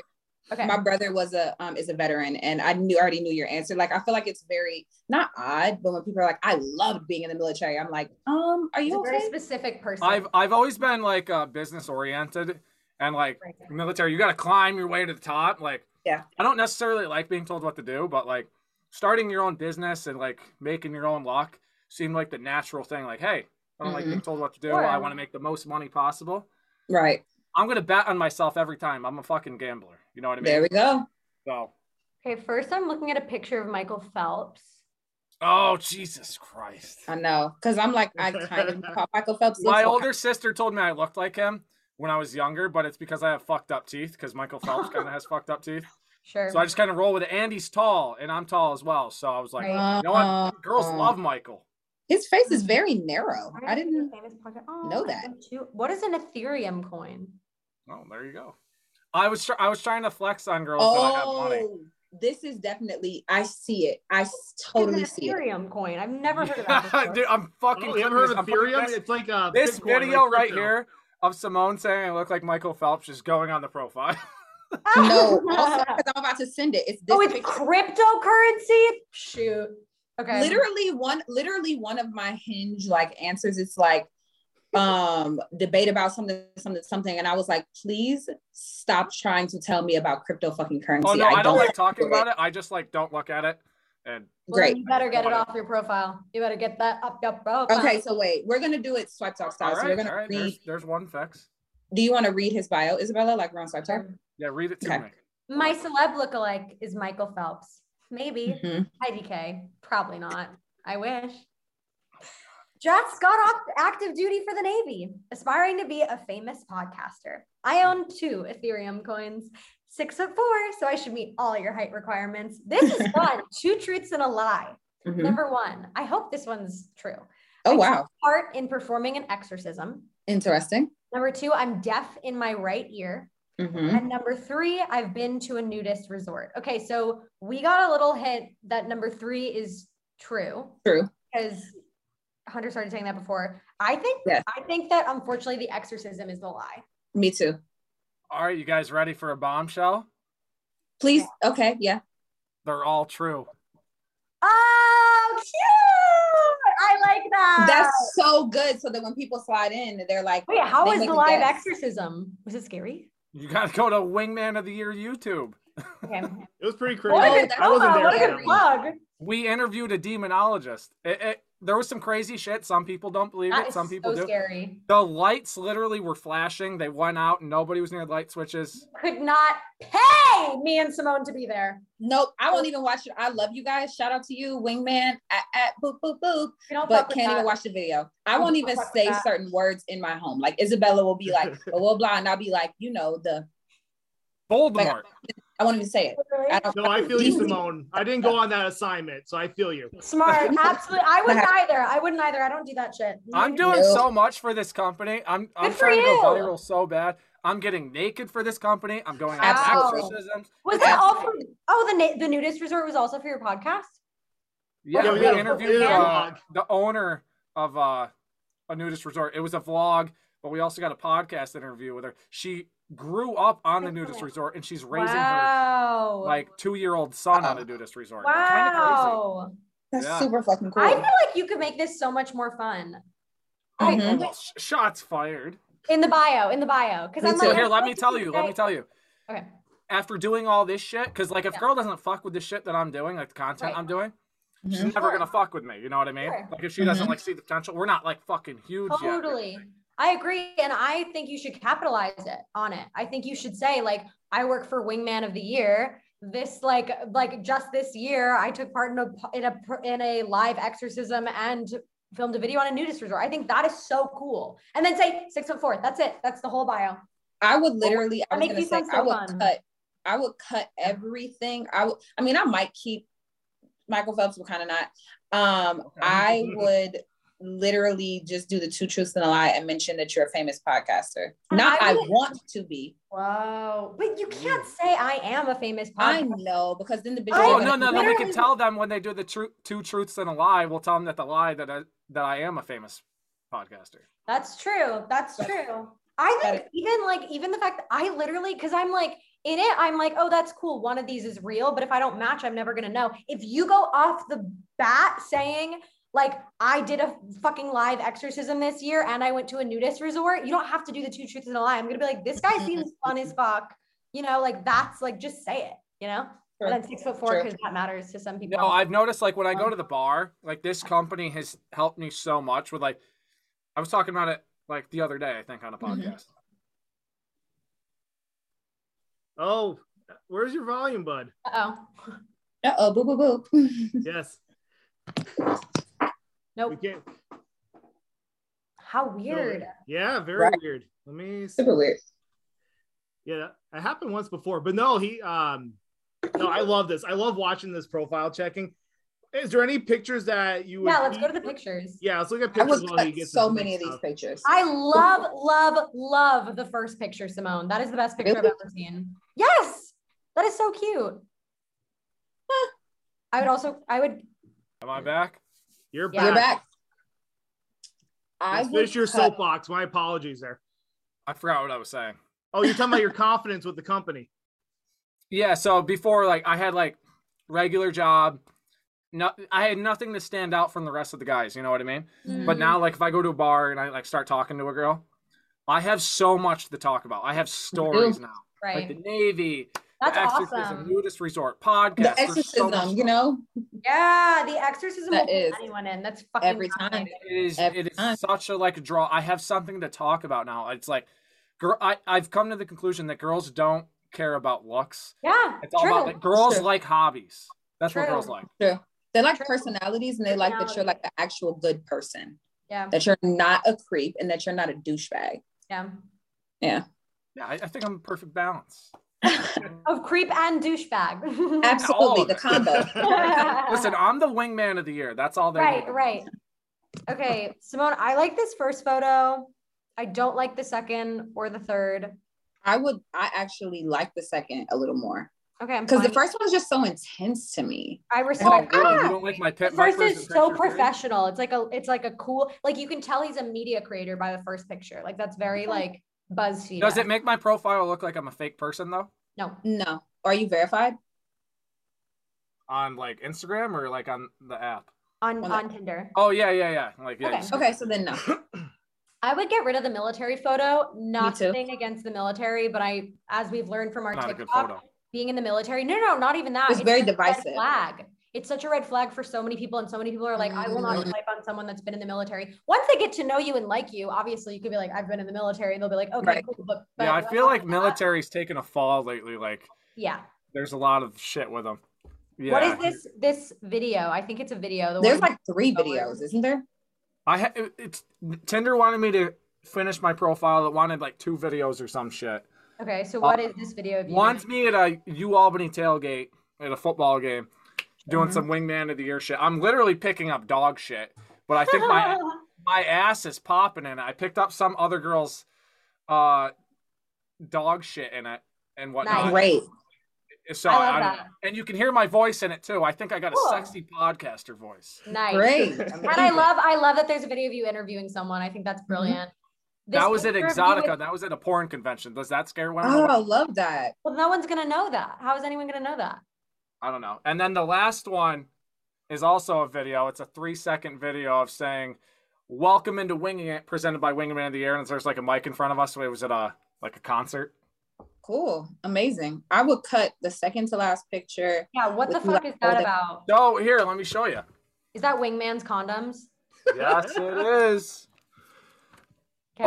S4: Okay.
S5: My brother was a um is a veteran, and I knew already knew your answer. Like I feel like it's very not odd, but when people are like, "I loved being in the military," I'm like, um, are
S4: He's
S5: you
S4: a very
S5: okay?
S4: specific person.
S3: I've I've always been like uh, business oriented and like
S4: Right.
S3: military. You got to climb your way to the top. Like
S5: Yeah.
S3: I don't necessarily like being told what to do, but like starting your own business and like making your own luck seemed like the natural thing. Like hey, I don't like
S5: Mhm.
S3: being told what to do.
S4: Sure.
S3: I want to make the most money possible.
S5: Right
S3: I'm gonna bet on myself every time. I'm a fucking gambler. You know what I mean?
S5: there we go.
S3: so
S4: okay, first I'm looking at a picture of Michael Phelps.
S3: oh Jesus Christ.
S5: I know, cause I'm like I kind of call Michael Phelps. looks
S3: My
S5: like-
S3: older sister told me I looked like him when I was younger, but it's because I have fucked up teeth. Because Michael Phelps kind of has fucked up teeth,
S4: Sure.
S3: so I just kind of roll with it. Andy's tall, and I'm tall as well, so I was like,
S4: Right.
S3: you know what?
S5: Uh,
S3: Girls
S5: uh,
S3: love Michael.
S5: His face
S4: Mm-hmm.
S5: is very narrow.
S4: Why
S5: I
S4: does he have a
S5: didn't.
S4: famous pocket? Oh,
S5: know
S4: I
S5: that.
S4: don't you- What is an Ethereum coin?
S3: Oh, there you go. I was tr- I was trying to flex on girls that I have money.
S5: Oh, this is definitely. I see it. I s- totally
S4: What is an
S5: see it.
S4: Ethereum coin. I've never heard of that. before.
S3: Dude, I'm fucking.
S6: oh, you ever
S3: clicking
S6: heard
S3: this-
S6: of
S3: I'm putting
S6: Ethereum?
S3: This,
S6: It's like uh,
S3: this
S6: Bitcoin, like
S3: video right
S6: crypto.
S3: here of Simone saying I look like Michael Phelps is going on the profile.
S5: No, also because I'm about to send it. It's this.
S4: oh, it's
S5: picture.
S4: cryptocurrency. Shoot. Okay.
S5: literally one literally one of my hinge like answers it's like um debate about something something something and i was like please stop trying to tell me about crypto fucking currency
S3: oh no, I, don't, like
S5: do
S3: talking
S5: it.
S3: about it. I just like don't look at it. And
S4: Well, then
S5: great
S4: You better get it off your profile. You better get that up your profile.
S5: okay so wait we're gonna do it swipe talk
S3: all
S5: style so we're
S3: right,
S5: gonna
S3: all right. There's,
S5: read
S3: there's one fix.
S5: do you want to read his bio isabella like we're on swipe talk
S3: Yeah, read it to
S5: Okay.
S3: me.
S4: My celeb lookalike is Michael Phelps. Maybe
S5: Mhm.
S4: Heidi K. Probably not. I wish. Jack Scott off active duty for the Navy, aspiring to be a famous podcaster. I own two Ethereum coins, six foot four, so I should meet all your height requirements. This is fun. two truths and a lie.
S5: Mhm.
S4: Number one, I hope this one's true.
S5: oh wow
S4: Part in performing an exorcism.
S5: interesting
S4: Number two, I'm deaf in my right ear.
S5: Mhm.
S4: And number three, I've been to a nudist resort. Okay, so we got a little hint that number three is true
S5: true
S4: because Hunter started saying that before. I think
S5: Yes.
S4: I think that unfortunately the exorcism is the lie.
S5: me too
S3: All right, you guys ready for a bombshell?
S5: please okay yeah
S3: They're all true.
S4: Oh, cute! I like that.
S5: that's so good so that when people slide in they're like
S4: wait. How
S5: they
S4: was
S5: make
S4: the
S5: a
S4: live
S5: guess.
S4: exorcism? Was it scary?
S3: You got to go to Wingman of the Year YouTube.
S4: Okay.
S6: It was pretty crazy.
S4: what a good
S5: that
S6: I wasn't
S4: promo,
S6: there.
S4: Oh What a
S5: for that.
S4: good plug.
S3: We interviewed a demonologist. It, it, there was some crazy shit. Some people don't believe
S4: That
S3: it.
S4: is
S3: Some people do.
S4: so scary.
S3: The lights literally were flashing. They went out. and Nobody was near light switches.
S4: Could not pay me and Simone to be there.
S5: Nope, I won't even watch it. I love you guys. Shout out to you, Wingman at, at boop boop boop.
S4: We don't fuck
S5: But
S4: with
S5: can't
S4: that.
S5: even watch the video. I
S4: Don't
S5: won't even
S4: fuck with
S5: say
S4: that.
S5: certain words in my home. Like Isabella will be like, blah blah blah, and I'll be like, you know, the
S3: Voldemort.
S5: I won't even say it.
S4: Literally.
S5: I don't.
S6: No, I feel you, Simone. I didn't go on that assignment, so I feel you.
S4: Smart. Absolutely. I wouldn't either. I wouldn't either. I don't do that shit.
S3: I'm doing
S5: No.
S3: so much for this company. I'm I'm
S4: Good for
S3: trying to go
S4: you.
S3: viral so bad. I'm getting naked for this company. I'm going on
S5: Wow.
S3: exorcisms.
S4: Was that all for, oh, the na- the nudist resort was also for your podcast?
S3: Yeah,
S6: Yeah,
S3: we
S6: we had a-
S3: interviewed
S6: we had a
S3: uh,
S6: vlog.
S3: the owner of uh, a nudist resort. It was a vlog, but we also got a podcast interview with her. She grew up on the nudist resort, and she's raising
S4: wow.
S3: her like two-year-old son on a nudist resort. Kind of crazy.
S4: wow.
S5: That's
S3: Yeah.
S5: super fucking cool.
S4: I feel like you could make this so much more fun. Okay,
S5: Mhm.
S3: Well, sh- shots fired.
S4: In the bio, in the bio. Because
S5: Me
S4: I'm
S5: too.
S3: So
S4: like,
S3: here, let me tell you. Let me tell you.
S4: Okay.
S3: After doing all this shit, because like if
S4: Yeah.
S3: girl doesn't fuck with the shit that I'm doing, like the content
S4: Right.
S3: I'm doing, she's
S5: Mhm.
S3: never
S4: Sure.
S3: gonna fuck with me. You know what I mean?
S4: Sure.
S3: Like if she doesn't like see the potential, we're not like fucking huge yet.
S4: Totally. I agree. And I think you should capitalize it on it. I think you should say, like, I work for Wingman of the Year. This like like just this year, I took part in a in a in a live exorcism and filmed a video on a nudist resort. I think that is so cool. And then say six foot four. That's it. That's the whole bio.
S5: I would literally. I
S4: That
S5: was
S4: makes
S5: gonna
S4: you
S5: say
S4: sound so
S5: I would
S4: fun.
S5: cut. I would cut everything. I would. I mean, I might keep Michael Phelps, but kind of not. Um, I would literally just do the two truths and a lie and mention that you're a famous podcaster.
S4: I
S5: Not I,
S4: would-
S5: want to be.
S4: Wow. But you can't say I am a famous
S5: I
S4: podcast.
S5: know because then the bitch.
S4: I
S3: Oh
S5: is
S3: no,
S5: gonna-
S3: no, no! We can
S4: literally-
S3: tell them when they do the tru- two truths and a lie. We'll tell them that the lie that I, that I am a famous podcaster.
S4: That's true. That's true. I
S5: That
S4: think even like even the fact that I literally because I'm like in it, I'm like, oh, that's cool. One of these is real, but if I don't match, I'm never gonna know. If you go off the bat saying like I did a fucking live exorcism this year and I went to a nudist resort, you don't have to do the two truths and a lie. I'm gonna be like, this guy seems fun as fuck. You know, like that's like just say it. You know, and then six foot four
S5: True.
S4: because that matters to some people.
S3: No, I've noticed like when I go
S4: Um,
S3: to the bar, like this company has helped me so much with like I was talking about it like the other day, I think, on a
S5: Mhm.
S3: podcast.
S6: Oh, where's your volume, bud?
S4: oh,
S5: Uh-oh, boop, boop, boop.
S6: Yes. We
S4: nope.
S6: can't.
S4: How weird.
S6: Yeah, very
S5: Right.
S6: weird. Let me. See.
S5: Super weird.
S6: Yeah, it happened once before, but no, he. Um, no, I love this. I love watching this profile checking. Is there any pictures that you? Would
S4: Yeah, let's go to
S6: keep?
S4: the pictures.
S6: Yeah, let's look at
S5: I
S6: pictures.
S5: would
S6: while he
S5: cut
S6: gets
S5: so
S6: into
S5: many of
S6: stuff.
S5: these pictures.
S4: I love, love, love the first picture, Simone. That is the best picture I've
S5: Really?
S4: ever seen. Yes, that is so cute. I would also, I would,
S3: Am I back?
S6: You're
S4: Yeah.
S6: back.
S5: You're back. I
S6: Let's finish
S5: would
S6: your
S5: cut-
S6: soapbox. My apologies there.
S3: I forgot what I was saying.
S6: Oh, you're talking about your confidence with the company.
S3: Yeah, so before like I had like regular job. No I had nothing to stand out from the rest of the guys, you know what I mean?
S4: Mm-hmm. mm,
S3: But now like if I go to a bar and I like start talking to a girl, I have so much to talk about. I have stories now. Like
S4: right?
S3: the Navy,
S4: That's
S3: the exorcism,
S4: awesome.
S3: nudist resort, podcast.
S5: the
S3: there's so
S5: exorcism,
S3: much
S5: you know,
S4: yeah, the exorcism
S5: That
S4: will pull
S5: is.
S4: anyone in. That's fucking
S5: Every time.
S4: fascinating.
S3: it is
S5: every
S3: it is
S5: time.
S3: such a like draw i have something to talk about now it's like girl I, i've come to the conclusion that girls don't care about looks
S4: Yeah,
S3: it's all
S4: true.
S3: about like girls
S5: True.
S3: like hobbies that's what
S4: True.
S3: girls like
S5: they like
S4: True.
S5: personalities and they like that you're
S4: Personality.
S5: like the actual good person,
S4: yeah,
S5: that you're not a creep and that you're not a douchebag.
S4: yeah.
S3: yeah i, I think i'm perfect balance
S4: Of creep and douchebag.
S3: All
S5: Absolutely,
S3: of
S5: the
S3: it.
S5: combo.
S3: listen i'm the wingman of the year that's all they
S4: right,
S3: need.
S4: right. Okay, Simone, I like this first photo. I don't like the second or the third.
S5: I would, I actually like the second a little more
S4: Okay, I'm
S5: because the
S4: fine.
S5: first one's just so intense to me.
S4: I
S3: Oh,
S4: respect.
S3: really?
S4: Ah!
S3: you don't like my
S4: The
S3: pit my
S4: first is
S3: person
S4: so
S3: picture theory?
S4: professional. It's like a it's like a cool like you can tell he's a media creator by the first picture. Like that's very like BuzzFeed.
S3: does it make my profile look like i'm a fake person though
S4: no?
S5: No, are you verified?
S3: on like instagram or like on the app
S4: On
S5: Well,
S4: on Tinder.
S3: oh yeah yeah yeah like yeah
S4: Okay.
S3: you-
S5: Okay, so then no.
S4: I would get rid of the military photo. Nothing against the military, but I as we've learned from our
S3: not a good photo
S4: TikTok, being in the military. No, no, no, not even that.
S5: It's very
S4: such a red
S5: divisive.
S4: flag. It's such a red flag for so many people, and so many people are like, I will not
S5: Mm.
S4: swipe on someone that's been in the military. Once they get to know you and like you, obviously you could be like, I've been in the military, and they'll be like, okay,
S5: Right.
S4: cool. But, but
S3: yeah i
S4: what
S3: feel
S4: about
S3: like
S4: that?
S3: military's taken a fall lately like
S4: Yeah.
S3: there's a lot of shit with them. Yeah.
S4: What is this this video? I think it's a video. The
S5: There's
S4: one-
S5: like three videos, isn't there?
S3: I ha- it- it's Tinder wanted me to finish my profile. It wanted like two videos or some shit.
S4: okay,
S3: Uh,
S4: so what is this video of you?
S3: Wants me at a U Albany tailgate at a football game, doing
S5: Mhm.
S3: some
S4: Mm-hmm.
S3: wingman of the year shit. I'm literally picking up dog shit, but I think my my ass is popping in it. I picked up some other girl's uh dog shit in it and whatnot.
S4: Nice.
S5: Great.
S3: So
S4: I love
S3: I don't
S4: that.
S3: know. and you can hear my voice in it too. I think I got a
S4: Cool.
S3: sexy podcaster voice.
S4: nice.
S5: Great.
S4: And I love I love that there's a video of you interviewing someone. I think that's
S5: Mm-hmm.
S4: brilliant. This
S3: that was at
S4: picture of you
S3: Exotica.
S4: with-
S3: that was at a porn convention. Does that scare women?
S5: Oh, I
S3: away?
S5: love that.
S4: well, no one's gonna know that. How is anyone gonna know that?
S3: I don't know. And then the last one is also a video. It's a three second video of saying, Welcome into Winging It, presented by Wingman of the Air. And there's like a mic in front of us. So it was at a like a concert.
S5: Cool. Amazing. I would cut the second to last picture.
S4: Yeah, what the
S5: With
S4: fuck
S5: like
S4: is that
S5: all the-
S4: about?
S3: So here, let me show you.
S4: Is that wingman's condoms?
S3: Yes, it is.
S4: Can't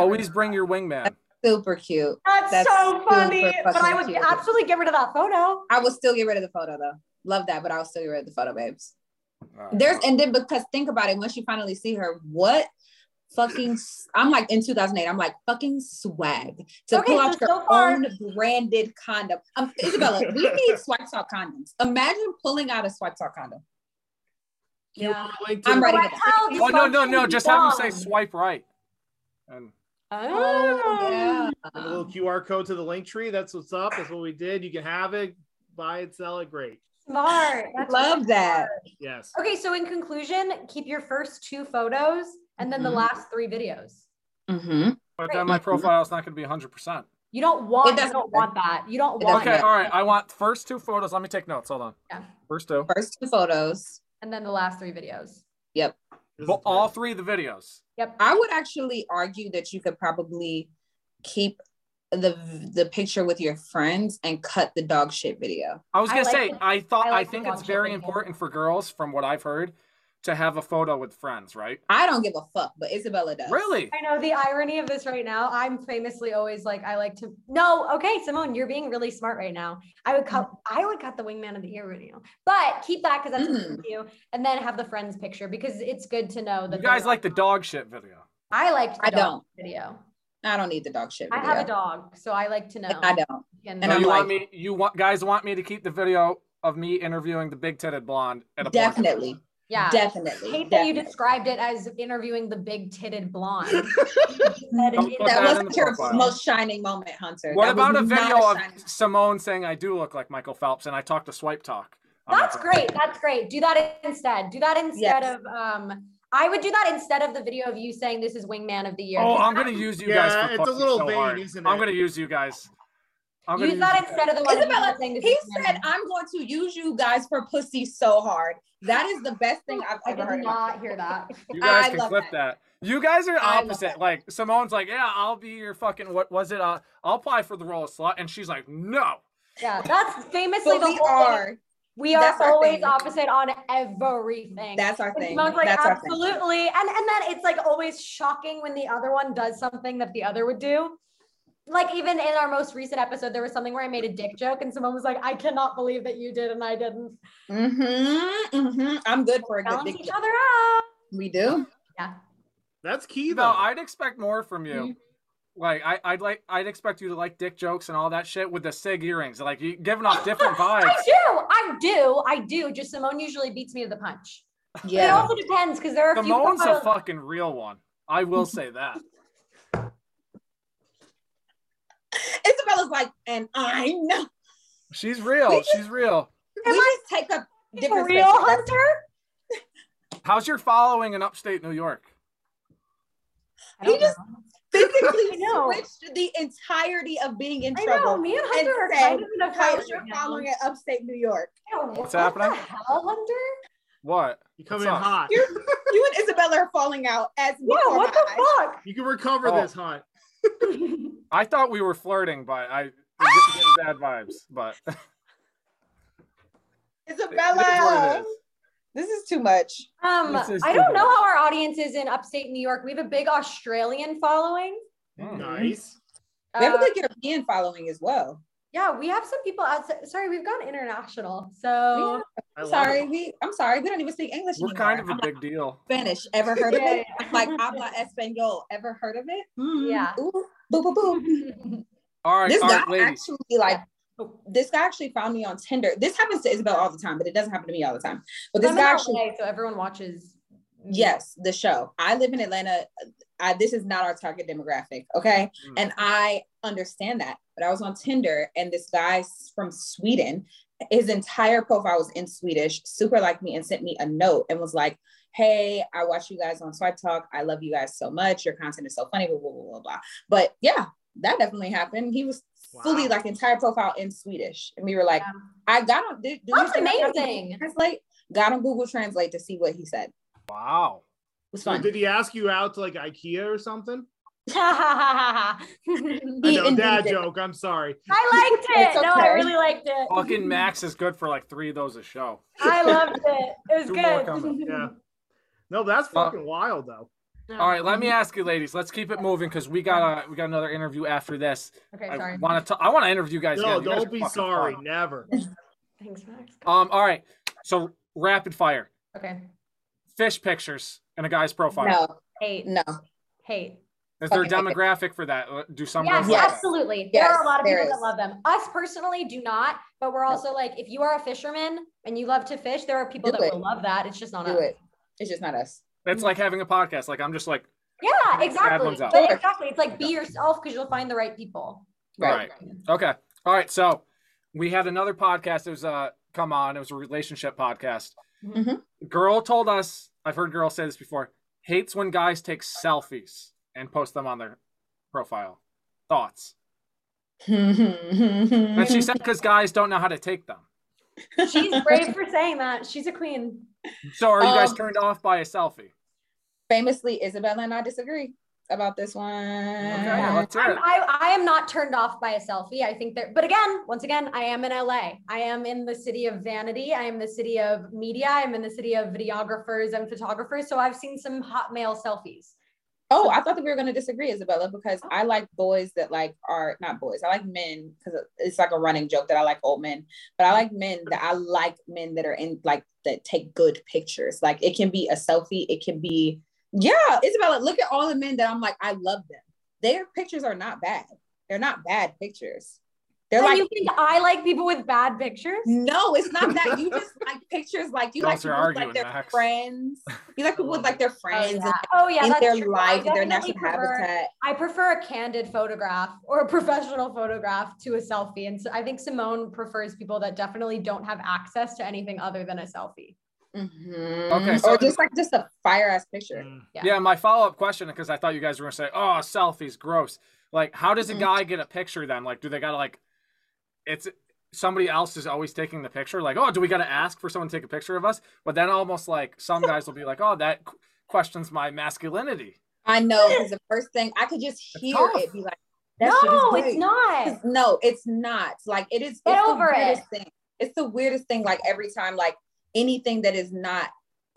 S3: Always
S4: remember.
S3: bring your wingman.
S5: Super cute.
S4: That's,
S5: That's
S4: so
S5: super
S4: funny. But I
S5: fucking
S4: would
S5: cute.
S4: absolutely get rid of that photo.
S5: I will still get rid of the photo though. Love that, but I'll still get rid of the photo, babes.
S3: All right.
S5: There's and then because think about it, once you finally see her, what fucking s- I'm like in 2008, I'm like fucking swag to
S4: Okay,
S5: pull
S4: so
S5: out your
S4: so far-
S5: own branded condom. Um, Isabella, we need swipe talk condoms. Imagine pulling out a swipe talk condom.
S6: you
S4: Yeah.
S6: want a link to
S5: I'm
S6: the-
S5: ready.
S4: Well, I tell these
S3: Oh no, no,
S4: fucking
S3: no! Just have him say
S4: dogs.
S3: swipe right. And
S4: Oh, yeah.
S6: A little QR code to the link tree. That's what's up. That's what we did. You can have it, buy it, sell it. Great.
S4: Smart. That's
S5: Love that.
S6: Yes.
S4: Okay, so in conclusion, keep your first two photos and then the
S5: Mhm.
S3: Mm-hmm.
S4: last three videos.
S5: Mm-hmm.
S3: but then my profile's not going to be 100. percent
S4: You don't want
S5: It
S4: you
S5: doesn't
S4: don't want that. You don't
S5: It
S4: want
S5: doesn't
S3: Okay,
S4: that.
S5: matter.
S3: all right. I want first two photos. Let me take notes. Hold on.
S4: Yeah.
S3: First two.
S5: First two photos.
S4: and then the last three videos.
S6: This is
S3: But all
S6: great.
S3: three of the videos.
S4: Yep.
S5: I would actually argue that you could probably keep the the picture with your friends and cut the dog shit video.
S3: I was
S4: I
S3: gonna
S4: like
S3: say.
S4: the-
S3: I thought.
S4: I
S3: I,
S4: like the
S3: think it's
S4: dog shit
S3: very
S4: video.
S3: important for girls, from what I've heard, to have a photo with friends. Right?
S5: I don't give a fuck, but Isabella does.
S3: Really?
S4: I know the irony of this right now. I'm famously always like I like to No, okay, Simone, you're being really smart right now. I would cut
S5: Mm-hmm.
S4: I would cut the wingman of the year video. But keep that cuz that's
S5: Mm.
S4: you and then have the friends picture because it's good to know that
S3: You
S4: they're
S3: guys
S4: not-
S3: like the dog shit video.
S4: I like the
S5: I
S4: dog
S5: don't.
S4: video.
S5: I don't need the dog shit.
S4: I
S5: Video.
S4: have a dog, so I like to know.
S5: And I don't.
S4: And
S5: And
S3: so
S5: I'm
S3: you
S5: like-
S3: want me? You want guys want me to keep the video of me interviewing the big titted blonde at a porn
S5: Definitely.
S4: yeah.
S5: Definitely.
S4: I hate that you
S5: Definitely.
S4: described it as interviewing the big titted blonde.
S3: Don't put
S5: That
S3: that in
S5: wasn't
S3: the
S5: your
S3: profile.
S5: most shining moment, Hunter.
S3: What
S5: That was
S3: about a
S5: not
S3: video of
S5: shining-
S3: Simone saying I do look like Michael Phelps and I talk to Swipe Talk? on my
S4: That's
S3: phone?
S4: great. That's great. Do that instead. Do that instead
S5: Yes.
S4: of um I would do that instead of the video of you saying this is wingman of the year.
S3: Oh, I'm gonna use you guys.
S6: Yeah,
S3: For
S6: it's a
S3: pussy
S6: little
S3: so
S6: vain,
S3: hard.
S6: isn't
S3: I'm
S6: it?
S3: gonna use you guys. I'm gonna
S4: use that
S3: you guys.
S4: instead of the one of you
S5: Isabella,
S4: saying this
S5: He
S4: is wingman.
S5: said, I'm going to use you guys for pussy so hard. That is the best thing I've
S4: I
S5: ever heard.
S4: did
S5: in my
S4: not hear that.
S3: You guys
S5: Oh, I
S3: can
S5: love
S3: clip that. You guys are
S5: I love
S3: opposite.
S5: that.
S3: Like Simone's like, yeah, I'll be your fucking what was it? Uh, I'll apply for the role of slut, and she's like, no.
S4: Yeah, that's famously
S5: But
S4: the
S5: we
S4: whole thing.
S5: are.
S4: We are
S5: That's our
S4: always
S5: thing.
S4: opposite on everything.
S5: That's our
S4: And
S5: thing.
S4: Simone's like,
S5: That's our thing.
S4: absolutely. And and then it's like always shocking when the other one does something that the other would do. Like even in our most recent episode, there was something where I made a dick joke and someone was like, I cannot believe that you did and I didn't.
S5: Mm-hmm, mm-hmm. I'm good for a good
S4: Balance
S5: dick.
S4: each other out.
S5: We do.
S4: Yeah.
S6: That's key
S3: You
S6: though.
S3: know, I'd expect more from you.
S5: Mm-hmm.
S3: Like I, I'd like, I'd expect you to like dick jokes and all that shit with the sig earrings. Like you giving off different vibes.
S4: I do. I do. I do. Just Simone usually beats me to the punch. But It
S5: Yeah.
S4: also depends because there are a few
S3: Simone's a
S4: profiles-
S3: fucking real one. I will say that.
S5: Isabella's like, and I know.
S3: She's real. She's real.
S5: we
S4: I-
S5: just take up
S4: for
S5: different
S4: real,
S5: spaces. That's-
S4: Hunter.
S3: How's your following in upstate New York?
S4: I
S5: He
S4: don't
S5: just-
S4: know. I
S5: physically
S4: know.
S5: switched the entirety of being in
S4: I know.
S5: trouble.
S4: Me and Hunter are
S5: said,
S4: kind of in a fight.
S5: How's your
S4: right now.
S5: following at upstate New York?
S4: Yeah, what the
S3: happening?
S4: hell, Hunter?
S3: What?
S6: you come
S3: What's
S6: in
S3: up?
S6: hot.
S5: You're- You and Isabella are falling out as
S4: Yeah,
S5: before
S4: what
S5: my
S4: the
S5: eyes.
S4: fuck?
S6: You can recover
S3: Oh.
S6: this hunt.
S3: I thought we were flirting, but I just getting bad vibes. But
S5: Isabella, this is too much.
S4: Um,
S3: This is
S4: I don't
S3: stupid.
S4: know how our audience is in upstate New York. We have a big Australian following.
S3: Mm.
S6: Nice.
S5: We have a
S4: Uh,
S5: good European following as well.
S4: yeah, we have some people outside. Sorry, we've gone international. So
S6: I
S5: I'm
S6: love
S5: sorry,
S6: it.
S5: we. I'm sorry, we don't even speak English
S3: We're
S5: anymore.
S3: kind of a
S5: I'm
S3: big deal.
S5: like, Spanish. Ever heard of
S4: Yeah,
S5: it?
S4: yeah.
S5: I'm like habla español. Ever heard of it? Mm,
S4: Yeah.
S5: Ooh, boo, boo, boo.
S3: All right,
S5: This
S3: all
S5: guy
S3: right, ladies.
S5: actually like. This guy actually found me on Tinder. This happens to Isabel all the time, but it doesn't happen to me all the time. But this
S4: I'm in
S5: guy actually
S4: LA, so everyone watches. Mm-hmm.
S5: Yes, the show. I live in Atlanta. I, this is not our target demographic, okay?
S4: Mm-hmm.
S3: Mm.
S5: And I understand that. But I was on Tinder, and this guy s- from Sweden, his entire profile was in Swedish, super liked me, and sent me a note and was like, "Hey, I watch you guys on Swipe Talk. I love you guys so much. Your content is so funny." Blah blah blah blah. blah. But yeah, that definitely happened. He was fully
S6: Wow.
S5: like entire profile in Swedish, and we were like,
S4: Yeah.
S5: "I got on." Did, did
S4: That's
S5: you say I got on
S4: amazing.
S5: Google Translate. Got on Google Translate to see what he said. It
S3: Wow.
S5: was
S6: So
S5: fun.
S6: did he ask you out to like IKEA or something?
S4: I
S6: I
S5: He
S6: know, dad
S5: indeed did.
S6: joke. I'm sorry.
S4: liked it.
S5: It's
S4: No, I
S5: okay.
S4: really liked it.
S3: Fucking Max is good for like three of those a show.
S4: I loved it. It was
S3: Two more coming.
S4: good.
S6: Yeah. No, that's fucking wild though.
S4: Oh,
S3: All right,
S4: um,
S3: let me ask you, ladies. Let's keep it moving because we got a we got another interview after this.
S4: Okay,
S3: I
S4: sorry.
S3: want to I want to interview you guys.
S6: No,
S3: again. You guys
S6: don't
S3: are
S6: be
S3: fucking
S6: sorry.
S3: fun.
S6: Never.
S4: Thanks, Max.
S3: Um. All right. So rapid fire
S4: Okay.
S3: fish pictures in a guy's profile.
S5: No,
S4: Hate.
S5: no.
S4: Hate.
S3: Is there a
S5: fucking like
S3: demographic for that? Uh, Do some
S4: Yes,
S3: girls like
S5: Yes.
S3: that?
S4: absolutely.
S5: Yes,
S4: there are a lot of
S5: there
S4: people that
S5: is.
S4: love them. Us personally do not, but we're also like, if you are a fisherman and you love to fish, there are people
S5: Do
S4: that
S5: it.
S4: will love that. It's just not
S5: Do
S4: us.
S5: it. It's just not us.
S3: It's like having a podcast. Like I'm just like
S4: Yeah,
S3: Bad
S4: exactly.
S3: ones out.
S4: But exactly. It's like be yourself because you'll find the right people.
S3: Right. Okay. All right. So we had another podcast. It was uh come on, it was a relationship podcast.
S5: Mhm.
S3: Girl told us, I've heard girls say this before, hates when guys take selfies and post them on their profile. Thoughts. And she said because guys don't know how to take them.
S4: She's brave for saying that. She's a queen.
S3: So are you guys
S5: Um,
S3: turned off by a selfie?
S5: Famously, Isabella and I disagree about this one. Uh,
S3: Okay, let's hear
S4: I'm,
S3: it.
S4: I, I am not turned off by a selfie. I think that, but again, once again, I am in LA. I am in the city of vanity. I am the city of media. I'm in the city of videographers and photographers. So I've seen some hot male selfies.
S5: Oh, I thought that we were going to disagree, Isabella, because I like boys that like are not boys. I like men because it's like a running joke that I like old men, but I like men that I like men that are in like that take good pictures. Like it can be a selfie, it can be yeah, Isabella. Look at all the men that I'm like I love them. Their pictures are not bad. They're not bad pictures. They're
S4: And
S5: like
S4: you think I like people with bad pictures?
S5: no, it's not that. You just like pictures like you
S3: Y'all
S5: like
S3: are
S5: people with, like
S3: arguing,
S5: their
S3: Max.
S5: friends. You like people with like their
S4: Oh
S5: friends
S4: yeah. Oh, yeah
S5: and
S4: that's
S5: their
S4: true. I
S5: life, and their
S4: definitely
S5: natural
S4: prefer-
S5: habitat.
S4: I prefer a candid photograph or a professional photograph to a selfie. And so I think Simone prefers people that definitely don't have access to anything other than a selfie. Mm-hmm.
S5: Mhm.
S3: Okay, so- Mm.
S5: or just like just a fire ass picture.
S6: Mm.
S4: Yeah.
S3: Yeah, my follow up question, because I thought you guys were gonna say, "Oh, selfies, gross." Like, how does a
S5: Mhm.
S3: guy get a picture then? Like, do they gotta like, it's somebody else is always taking the picture. Like, oh, do we gotta ask for someone to take a picture of us? But then almost like some guys will be like, "Oh, that qu- questions my masculinity."
S5: I know because the first thing I could just
S3: It's
S5: hear
S3: tough.
S5: it be like, that shit is
S4: No,
S5: great.
S4: it's not.
S5: It's- No, it's not. Like it is.
S4: Get
S5: it's the
S4: over it.
S5: weirdest Thing. It's the weirdest thing. Like every time, like anything that is not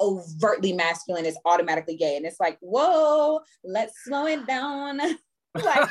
S5: overtly masculine is automatically gay, and it's like, whoa, let's slow it down. like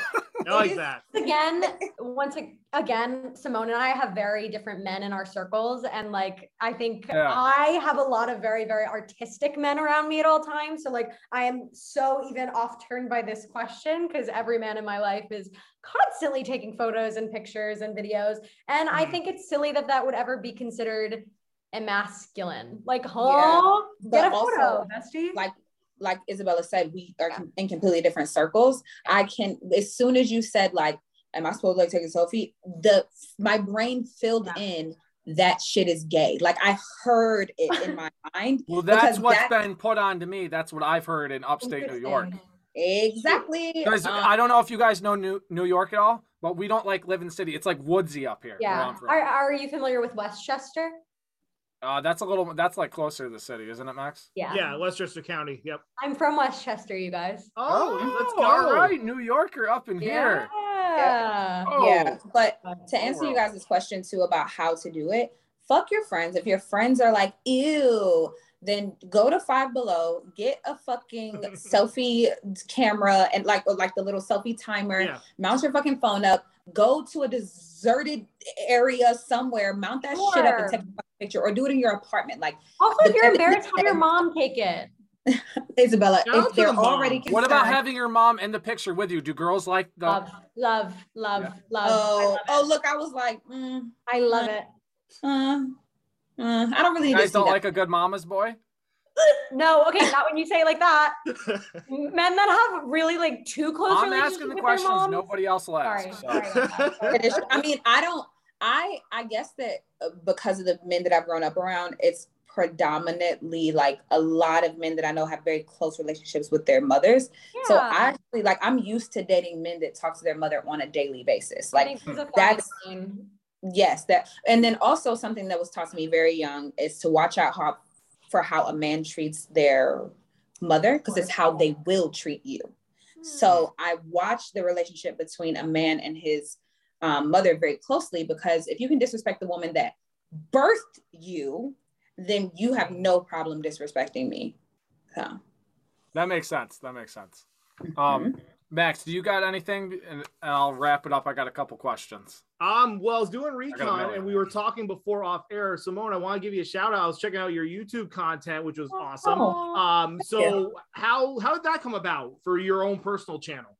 S6: I like that.
S4: Again, once ag- again, Simone and I have very different men in our circles. And like, I think
S3: Yeah.
S4: I have a lot of very, very artistic men around me at all times. So, like, I am so even off turned by this question because every man in my life is constantly taking photos and pictures and videos. And I
S3: Mm-hmm.
S4: think it's silly that that would ever be considered emasculine. Like, huh?
S5: But
S4: Get a
S5: also,
S4: photo, bestie.
S5: like, like Isabella said, we are com- in completely different circles. I can, as soon as you said, like, am I supposed to like take a selfie? The my brain filled
S4: Yeah.
S5: in that shit is gay. Like I heard it in my mind.
S3: Well, that's
S5: Because
S3: what's
S5: that-
S3: been put on to me. That's what I've heard in upstate New York.
S4: Interesting.
S5: Exactly.
S3: Guys,
S5: Um,
S3: I don't know if you guys know New New York at all, but we don't like live in the city. It's like woodsy up here. where
S4: Yeah.
S3: I'm from.
S4: Are, are you familiar with Westchester?
S3: Uh, that's a little. That's like closer to the city, isn't it, Max?
S4: Yeah.
S6: Yeah, Westchester County. Yep.
S4: I'm from Westchester, you guys.
S6: Oh, let's go.
S3: All right, New Yorker up in here.
S4: Yeah.
S3: Oh,
S5: yeah. But to
S3: Oh,
S5: answer you
S3: world.
S5: guys' question too about how to do it, fuck your friends. If your friends are like, ew, then go to Five Below, get a fucking selfie camera and like or like the little selfie timer,
S6: Yeah.
S5: mount your fucking phone up, go to a deserted area somewhere, mount that shit
S4: Sure.
S5: up and take a fucking picture or do it in your apartment. Like
S4: Also, if you're
S5: Depending-
S4: embarrassed, have your mom take it.
S5: Isabella,
S6: Shout out
S5: if
S6: to
S5: they're
S6: the mom.
S5: already concerned,
S3: What about having your mom in the picture with you? Do girls like the?
S4: Love, love, love, love.
S5: Oh,
S4: I
S5: oh
S4: love it.
S5: look, I was like, mm,
S4: I love it.
S5: uh, uh, I don't really
S3: you
S5: need to
S3: guys
S5: see
S3: don't
S5: that.
S3: like a good mama's boy.
S4: No, okay, not when you say it like that. Men that have really like too close
S3: I'm
S4: relationship
S3: asking the
S4: with their
S3: questions
S4: moms-
S3: nobody else will
S4: Sorry,
S3: ask. so-
S4: sorry about that.
S5: It is- I mean, I don't. I I guess that uh, because of the men that I've grown up around, it's predominantly like a lot of men that I know have very close relationships with their mothers. So
S4: Yeah,
S5: I actually like I'm used to dating men that talk to their mother on a daily basis.
S4: I
S5: Like
S4: think this is a fine
S5: that's-
S4: line.
S5: yes, that and then also something that was taught to me very young is to watch out how for how a man treats their mother because it's how they will treat you. So I watched the relationship between a man and his um, mother very closely because if you can disrespect the woman that birthed you, then you have no problem disrespecting me. So
S3: That makes sense. That makes sense.
S6: Mm-hmm.
S3: Um, Max, do you got anything? And, and I'll wrap it up. I got a couple questions.
S6: Um, well, I was doing recon
S3: million.
S6: and we were talking before off air. Simone, I want to give you a shout out. I was checking out your YouTube content, which was awesome.
S5: Oh,
S6: Um, so how how did that come about for your own personal channel?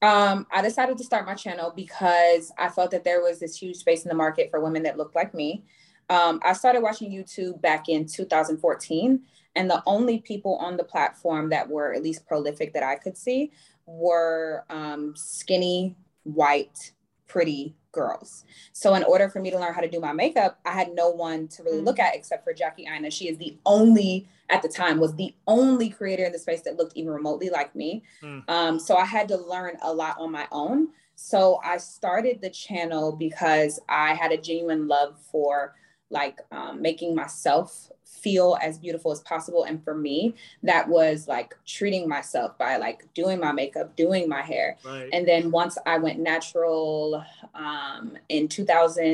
S5: um, I decided to start my channel because I felt that there was this huge space in the market for women that looked like me. Um, I started watching YouTube back in 2014. And the only people on the platform that were at least prolific that I could see were um, skinny, white, pretty girls. So in order for me to learn how to do my makeup, I had no one to really look at except for Jackie Ina. She is the only at the time was the only creator in the space that looked even remotely like me.
S6: Mm.
S5: Um, so I had to learn a lot on my own. So I started the channel because I had a genuine love for like um, making myself feel as beautiful as possible. And for me, that was like treating myself by like doing my makeup, doing my hair,
S6: Right.
S5: and then once I went natural um, in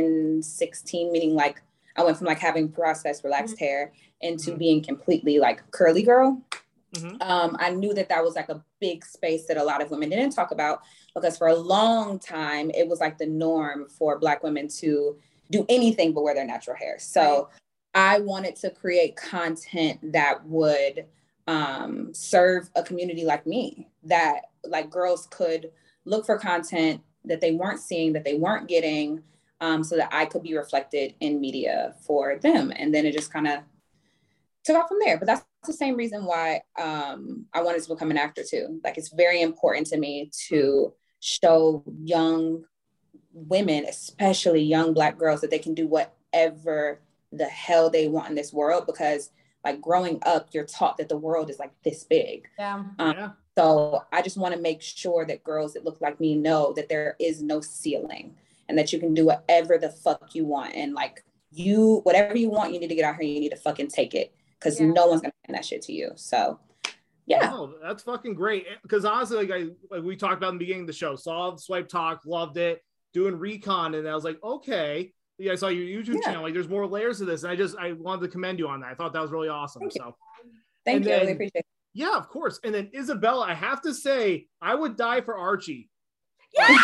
S5: 2016, meaning like I went from like having processed relaxed hair into
S6: Mhm.
S5: being completely like curly girl.
S6: Mhm.
S5: Um, I knew that that was like a big space that a lot of women didn't talk about because for a long time it was like the norm for Black women to do anything but wear their natural hair. So I wanted to create content that would um, serve a community like me that like girls could look for content that they weren't seeing that they weren't getting um, so that i could be reflected in media for them and then it just kind of took off from there but that's the same reason why um, i wanted to become an actor too like it's very important to me to show young women especially young black girls that they can do whatever the hell they want in this world because like growing up you're taught that the world is like this big
S4: Yeah.
S5: uh,
S6: Yeah.
S5: so I just want to make sure that girls that look like me know that there is no ceiling and that you can do whatever the fuck you want. And like you, whatever you want, you need to get out here. You need to fucking take it because
S4: Yeah.
S5: no one's going to hand that shit to you. So yeah.
S6: No, Oh, that's fucking great. Because honestly, like I like we talked about in the beginning of the show, saw the swipe talk, loved it, doing recon, and I was like, okay. Yeah, I saw your YouTube
S5: Yeah.
S6: channel. Like, there's more layers to this, and I just I wanted to commend you on that. I thought that was really awesome.
S5: Thank you.
S6: so
S5: Thank
S6: And
S5: you. I really
S6: then-
S5: appreciate it.
S6: yeah, of course. And then Isabella, I have to say, I would die for Archie.
S4: Yeah.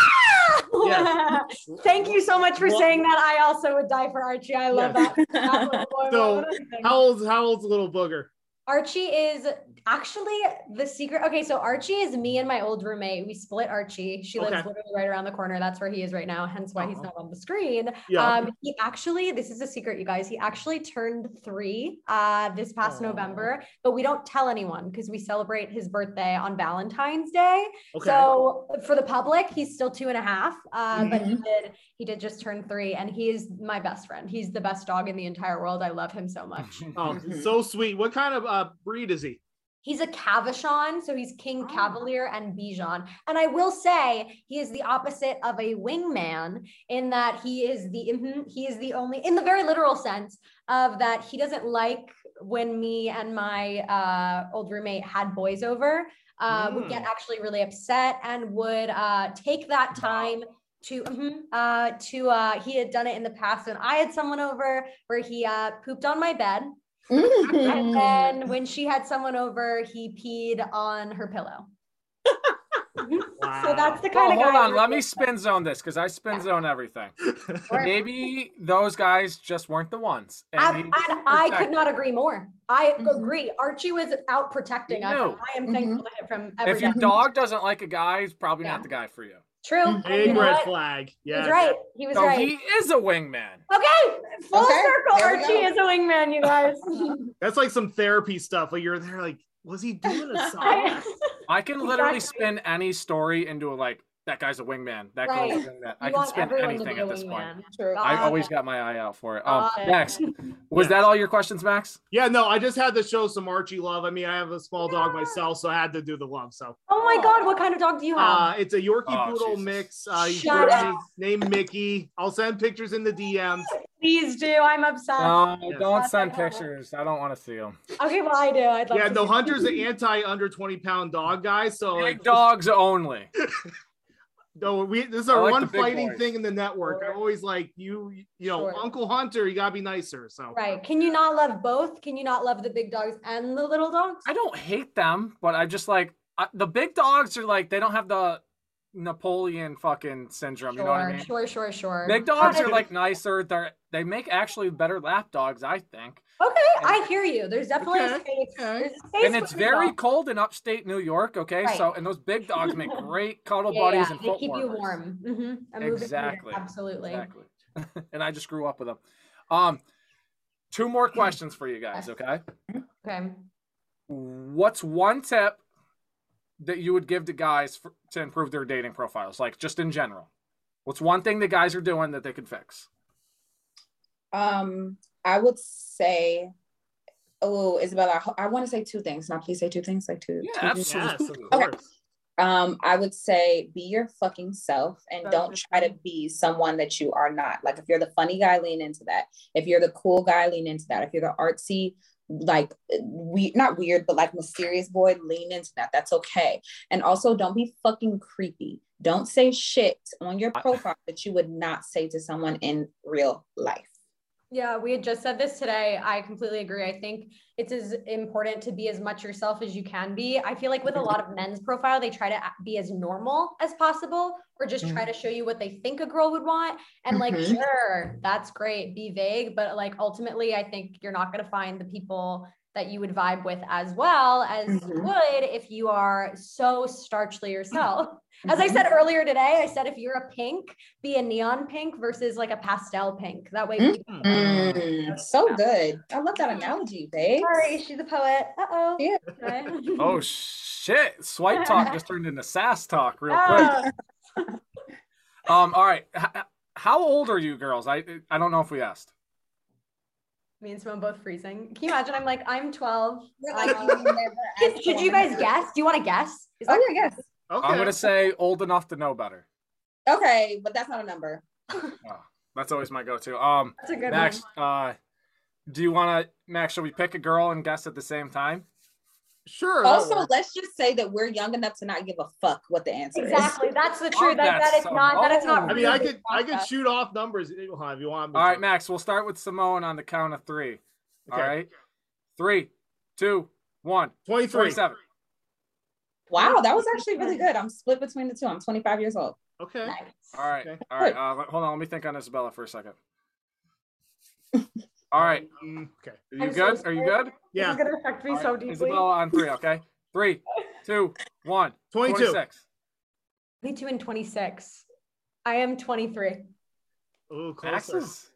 S6: Yeah.
S4: Thank you so much for
S6: Well-
S4: saying that. I also would die for Archie. I love
S6: Yes.
S4: that. That was one-
S6: So,
S4: one of the things.
S6: How old's how old's the little booger?
S4: Archie is actually the secret. Okay, so Archie is me and my old roommate. We split Archie. She lives
S6: Okay.
S4: literally right around the corner. That's where he is right now, hence why he's
S6: Uh-huh.
S4: not on the screen.
S6: Yeah.
S4: Um, he actually, this is a secret, you guys. He actually turned three uh, this past
S6: Aw.
S4: November, but we don't tell anyone because we celebrate his birthday on Valentine's Day.
S6: okay.
S4: So for the public, he's still two and a half, uh, but
S6: Mm-hmm.
S4: he did he did just turn three, and he is my best friend. He's the best dog in the entire world. I love him so much.
S6: oh, so sweet. What kind of uh, breed is he?
S4: He's a Cavachon, so he's King Cavalier and Bichon. And I will say he is the opposite of a wingman in that he is the mhm, he is the only in the very literal sense of that he doesn't like when me and my uh, old roommate had boys over. Uh, Would get actually really upset and would uh, take that time to mhm, uh, to uh, he had done it in the past when I had someone over where he uh, pooped on my bed.
S3: Hmm.
S4: And then when she had someone over, he peed on her pillow.
S6: Wow.
S4: So that's the
S3: Well,
S4: kind of
S3: Oh, hold
S4: guy.
S3: on, let me spin zone this because I spin zone everything.
S4: Sure.
S3: Maybe those guys just weren't the ones. and
S4: I,
S3: he
S4: and
S3: was
S4: I could
S3: protected.
S4: not agree more. I
S5: Mhm.
S4: agree. Archie was out protecting us.
S3: Mm-hmm. No.
S4: I am thankful to him from every
S3: If your
S4: day.
S3: dog doesn't like a guy, he's probably
S4: Yeah.
S3: not the guy for you.
S4: True. And
S6: Big
S4: you know
S6: red
S4: what?
S6: flag.
S4: He was
S6: Yeah.
S4: right. He was
S3: So
S4: right.
S3: he is a wingman.
S4: okay. Full
S5: Okay,
S4: circle.
S5: there we
S4: Archie
S5: go.
S4: is a wingman, you guys. Oh
S6: That's like some therapy stuff. Like you're there, like, was he doing a song?
S4: I-
S3: I can literally
S4: Exactly.
S3: spin any story into a like that guy's a wingman. That
S4: Right.
S3: girl's a wingman. I can
S4: you want
S3: spin
S4: everyone to
S3: anything
S4: be
S3: at
S4: a
S3: this point.
S4: wingman.
S5: True.
S4: God.
S3: I always got my eye out for it. Um,
S4: Got it.
S3: next, was that all your questions, Max?
S6: yeah, no, I just had to show some Archie love. I mean, I have a small dog myself, so I had to do the love. So
S4: Oh my God. What kind of dog do you have?
S6: uh it's a Yorkie
S3: Oh,
S6: poodle
S3: Jesus.
S6: mix. Uh he's
S4: Shut
S6: Yorkie,
S4: up.
S6: named Mickey. I'll send pictures in the DMs.
S4: Please do. I'm obsessed.
S3: No,
S6: Yes.
S3: Um, don't
S4: Yes,
S3: send
S4: Uh, I have it.
S3: pictures. I don't want to see them.
S4: okay, well, I do. I'd love
S6: Yeah,
S4: to
S6: no,
S4: see-
S6: Hunter's an anti under 20 pound dog guy. So like
S3: Big dogs only.
S6: No, we this is
S3: I
S6: our
S3: like the
S6: one
S3: big
S6: fighting
S3: boys.
S6: thing in the network. I'm always like you, you know,
S4: Sure.
S6: Uncle Hunter, you gotta be nicer. So
S4: Right. Can you not love both? Can you not love the big dogs and the little dogs?
S3: I don't hate them, but I just like I, the big dogs are like they don't have the Napoleon fucking syndrome. You know what I
S4: Sure,
S3: mean?
S4: Sure, sure, sure.
S3: Big dogs
S4: Okay,
S3: are like nicer. They're they make actually better lap dogs, I think.
S4: Okay, I hear you. There's definitely a
S6: Okay,
S4: space.
S6: okay.
S4: There's a space
S3: And it's
S4: for
S3: very
S4: dogs.
S3: cold in upstate New York. Okay,
S4: Right.
S3: so and those big dogs make great cuddle
S4: Yeah,
S3: buddies
S4: yeah,
S3: and
S4: They
S3: foot
S4: keep you
S3: warmers.
S4: warm. hmm
S3: Exactly,
S4: Absolutely.
S3: Exactly. and I just grew up with them. Um, two more questions for you guys.
S4: Yes.
S3: Okay.
S4: Okay.
S3: What's one tip that you would give to guys for, to improve their dating profiles, like just in general? What's one thing that guys are doing that they could fix?
S5: Um, I would say, oh, Isabella, I ho- I, want to say two things. Now, please say two things, like two.
S3: Yeah,
S5: two things.
S6: Yes, of
S3: Okay.
S6: course.
S5: Um, I would say be your fucking self and
S7: That's
S5: don't
S7: just
S5: try to
S7: me.
S5: be someone that you are not. Like if you're the funny guy, lean into that. If you're the cool guy, lean into that. If you're the artsy, like we not weird, but like mysterious boy, lean into that. That's okay. And also don't be fucking creepy. Don't say shit on your profile that you would not say to someone in real life.
S4: Yeah, we had just said this today. I completely agree. I think it's as important to be as much yourself as you can be. I feel like with a lot of men's profile, they try to a- be as normal as possible or just try to show you what they think a girl would want. And like,
S5: Mhm.
S4: sure, that's great, be vague, but like ultimately, I think you're not going to find the people that you would vibe with as well as you
S5: Mhm.
S4: would if you are so starchly yourself. As I said earlier today, I said if you're a pink, be a neon pink versus like a pastel pink. That way, we
S5: Mm, so good. I love that analogy, babe.
S4: Sorry, she's a poet. Uh oh.
S5: Yeah.
S3: Oh shit! Swipe talk just turned into sass talk real quick.
S4: Oh,
S3: Um, all right. H- h- how old are you girls? I I don't know if we asked.
S4: me and Simone both freezing. Can you imagine? I'm like, I'm 12.
S5: We're like,
S4: Um,
S5: you never asked
S4: should you
S5: someone
S4: guys
S5: out.
S4: guess? Do you want to guess? Is
S5: Oh yeah, yes.
S6: Okay.
S3: I'm gonna say old enough to know better.
S5: Okay, but that's not a number.
S3: That's always my go-to. Um,
S4: that's a good
S3: Max, uh, do you want to Max? Should we pick a girl and guess at the same time?
S6: sure. that
S5: Also,
S6: works.
S5: let's just say that we're young enough to not give a fuck what the answer
S4: Exactly. That's the truth. That,
S3: that's
S4: that it's
S3: so
S4: not. That it's not.
S3: wrong.
S6: I mean, I could I could
S4: could.
S6: shoot off numbers eh, if you want. me
S3: All
S6: to.
S3: right, Max. We'll start with Simone on the count of three. All
S6: Okay.
S3: right, three, two, one.
S6: 23.
S3: Twenty-seven.
S5: is. Wow, that was actually really good. I'm split between the two. I'm 25 years old.
S6: Okay.
S5: Nice.
S3: All right,
S6: Okay.
S3: all right. Uh, hold on. Let me think on Isabella for a second. All right,
S6: Mm,
S3: are
S6: okay.
S3: you
S4: I'm so
S3: good? Are you
S4: sorry.
S3: good?
S6: Yeah.
S7: This is gonna affect me
S3: All right,
S7: so deeply.
S3: Isabella on three. Okay, three, two, one.
S6: 22.
S3: 26.
S4: 22 and 26. I am 23.
S6: Ooh, closer.
S3: Max is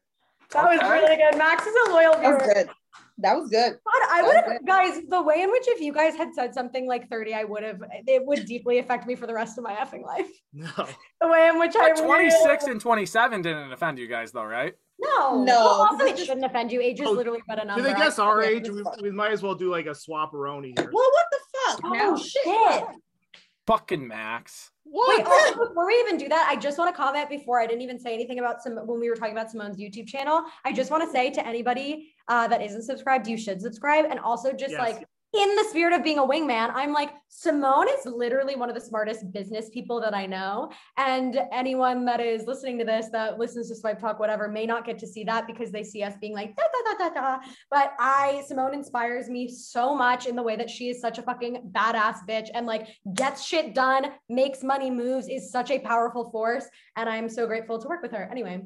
S7: That was
S3: Okay.
S7: really good. Max is a loyal
S5: That
S7: viewer.
S5: was good. That was good.
S4: God, I
S5: So
S4: would have,
S5: good.
S4: guys, the way in which if you guys had said something like 30, I would have, it would deeply affect me for the rest of my effing life.
S6: No.
S7: The way in which I
S3: But 26 and 27 didn't offend you guys, though, right?
S4: No.
S5: No,
S4: Well, also,
S5: this
S4: it
S5: is-
S4: shouldn't offend you. Age is
S6: Oh,
S4: literally but a
S6: Do
S4: number.
S6: they
S4: I-
S6: guess our
S5: yeah,
S6: age?
S5: this
S6: We,
S5: is fun.
S6: we might as well do like a swapperoni here.
S5: Well, what the fuck?
S4: Oh,
S5: now
S4: shit.
S3: Fucking Max.
S4: Wait, also, before we even do that, I just want to comment before I didn't even say anything about some when we were talking about Simone's YouTube channel. I just want to say to anybody uh, that isn't subscribed, you should subscribe. And also, just
S6: Yes.
S4: like in the spirit of being a wingman, I'm like, Simone is literally one of the smartest business people that I know. And anyone that is listening to this, that listens to Swipe Talk, whatever, may not get to see that because they see us being like, da, da, da, da, da. But I, Simone inspires me so much in the way that she is such a fucking badass bitch and like gets shit done, makes money moves, is such a powerful force. And I'm so grateful to work with her. Anyway,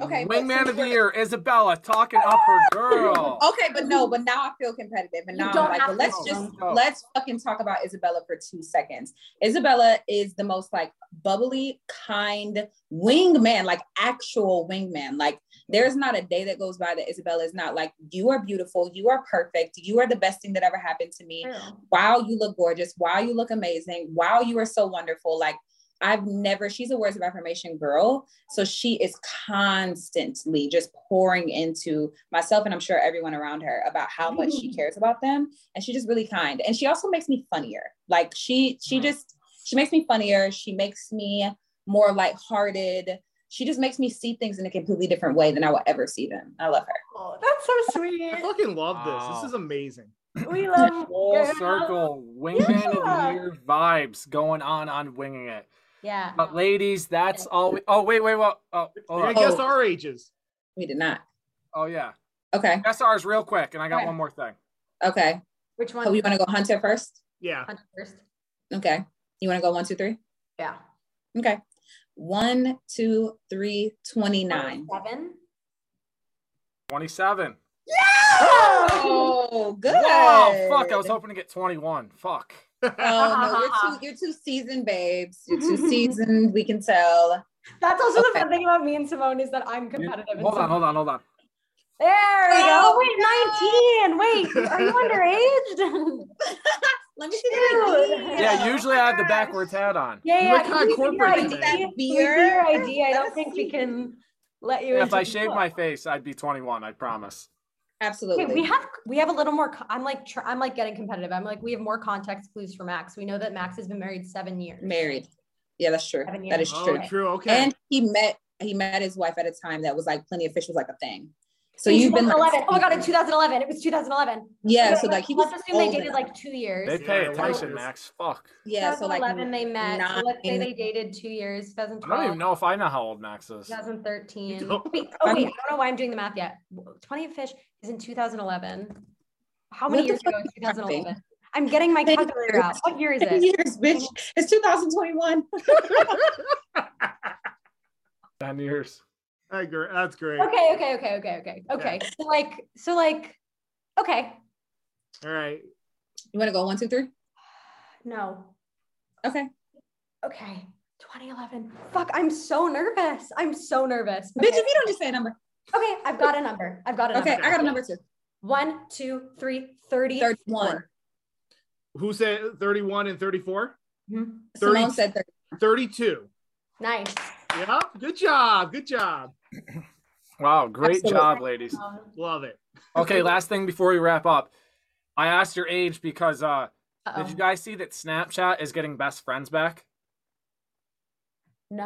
S5: Okay. but
S3: Wingman
S5: since
S3: of the
S5: we're- Oh,
S3: year, Isabella talking up her girl.
S5: Okay, but no, but now I feel competitive, and
S4: You
S5: now
S4: don't
S5: I'm like,
S4: have
S5: but
S4: to
S5: let's
S4: know.
S5: just
S3: Don't know.
S5: let's fucking talk about Isabella for two seconds. Isabella is the most like bubbly, kind wingman, like actual wingman. Like there's not a day that goes by that Isabella is not like, you are beautiful, you are perfect, you are the best thing that ever happened to me. Wow, you look gorgeous. Wow, you look amazing. Wow, you are so wonderful. Like I've never, she's a words of affirmation girl. So she is constantly just pouring into myself and I'm sure everyone around her about how much she cares about them. And she's just really kind. And she also makes me funnier. Like she, she just, she makes me funnier. She makes me more lighthearted. She just makes me see things in a completely different way than I will ever see them. I love her.
S7: Oh, that's so
S6: I
S7: sweet.
S6: fucking love this.
S3: Wow.
S6: This is amazing.
S7: We love
S3: Full
S7: girls.
S3: circle Wingman of
S7: Yeah.
S3: the year vibes going on on Winging It.
S4: yeah.
S3: But, ladies, that's all. We- oh, wait, wait, wait. Oh, hold
S6: I
S3: on.
S6: guess
S5: Oh.
S6: our ages.
S5: We did not.
S3: oh yeah.
S5: Okay.
S3: Guess ours real quick, and I got
S4: Okay.
S3: one more thing.
S5: Okay.
S4: Which one?
S5: Oh, you want to go Hunter first?
S6: Yeah.
S4: Hunter first?
S5: Okay. You want to go one, two, three?
S4: Yeah.
S5: Okay. One, two, three, 29.
S4: Seven.
S3: 27.
S5: Oh, good.
S3: Oh, fuck. I was hoping to get 21. Fuck.
S5: Oh, no, you're two, you're two seasoned, babes. You're two seasoned. We can tell.
S4: That's also
S5: Okay.
S4: the fun thing about me and Simone is that I'm
S3: You-
S4: competitive. and
S3: Hold on,
S4: so-
S3: hold on, hold on.
S4: There we
S5: Oh,
S4: go. Wait, 19. Wait, are you underaged?
S5: Let me see that
S4: Dude.
S5: again.
S3: Yeah, usually I have the
S5: Gosh.
S3: backwards hat on.
S4: yeah, yeah.
S6: Like
S4: can
S6: how
S4: we see your
S6: corporate
S4: ID?
S6: is
S5: that?
S4: Can we see your ID? I
S5: Let
S4: don't
S5: us
S4: think we
S5: see.
S4: can let you.
S3: If
S4: into
S3: I
S4: the
S3: shaved
S4: club.
S3: my face, I'd be 21. I promise.
S5: Absolutely.
S4: Okay, we have we have a little more. co- I'm like tr- I'm like getting competitive. I'm like we have more context clues for Max. We know that Max has been married seven years.
S5: married. Yeah, that's true.
S4: Seven
S5: That
S4: years.
S5: is
S6: Oh,
S5: true.
S6: true. Okay.
S5: And he met he met his wife at a time that was like plenty of fish was like a thing. So
S4: In
S5: you've been like,
S4: 2011. oh my god, in 2011. It was 2011.
S5: yeah.
S4: Okay,
S5: So like he was
S4: let's assume they
S5: old
S4: dated
S5: enough.
S4: like two years.
S3: They
S6: Yeah,
S3: pay
S6: I like
S3: attention,
S6: this.
S3: Max. Fuck.
S5: yeah. So like
S4: 2011 they met. So let's say
S5: nine-
S4: they dated two years.
S3: I don't even
S4: 2012.
S3: know if I know how old Max is.
S4: 2013.
S6: You
S4: Wait, oh wait, I don't know why I'm doing the math yet. 20 fish is in 2011. How many
S5: What the
S4: years
S5: fuck
S4: ago?
S5: are you
S4: 2011. I'm getting my
S5: Ten
S4: calculator
S5: years.
S4: out. What year is it?
S5: ten years, bitch. It's 2021.
S3: 10 years.
S6: I agree. That's great.
S4: Okay, okay, okay, okay, okay, okay. So like, so like, okay,
S6: All right.
S5: You want to go one, two, three?
S4: no,
S5: Okay.
S4: okay. 2011. Fuck, I'm so nervous. I'm so nervous.
S5: Bitch,
S4: Okay,
S5: if you don't just say a number.
S4: okay, I've got a number. I've got a
S5: Okay,
S4: number.
S5: I got a number too.
S4: One, two, three, 30,
S5: 31.
S6: Who said 31 and 34?
S4: Mhm.
S5: Simone
S6: Thirty-
S5: said 30.
S6: 32.
S4: Nice.
S6: Yep. Good job. Good job.
S3: Wow, great
S5: Absolutely.
S3: job, ladies.
S4: Um,
S6: Love it.
S3: Okay, last thing before we wrap up. I asked your age because uh
S4: uh-oh.
S3: did you guys see that Snapchat is getting best friends back?
S4: no.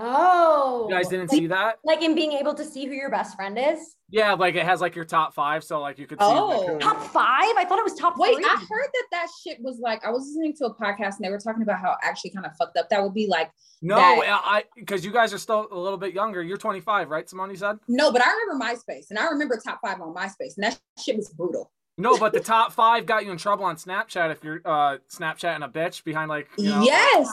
S3: You
S5: Oh.
S3: guys didn't see that?
S4: like in being able to see who your best friend is.
S3: Yeah, like it has like your top five, so like you could see. like, who-
S5: Oh.
S4: Top five? I thought it was top
S5: Wait,
S4: three.
S5: I heard that that shit was like, I was listening to a podcast and they were talking about how actually kind of fucked up that would be like,
S3: No,
S5: That-
S3: I because you guys are still a little bit younger. You're 25, right? Simone you said.
S5: no, but I remember MySpace and I remember top five on MySpace and that shit was brutal.
S3: No, but the top five got you in trouble on Snapchat if you're uh Snapchatting a bitch behind like. You know,
S5: yes,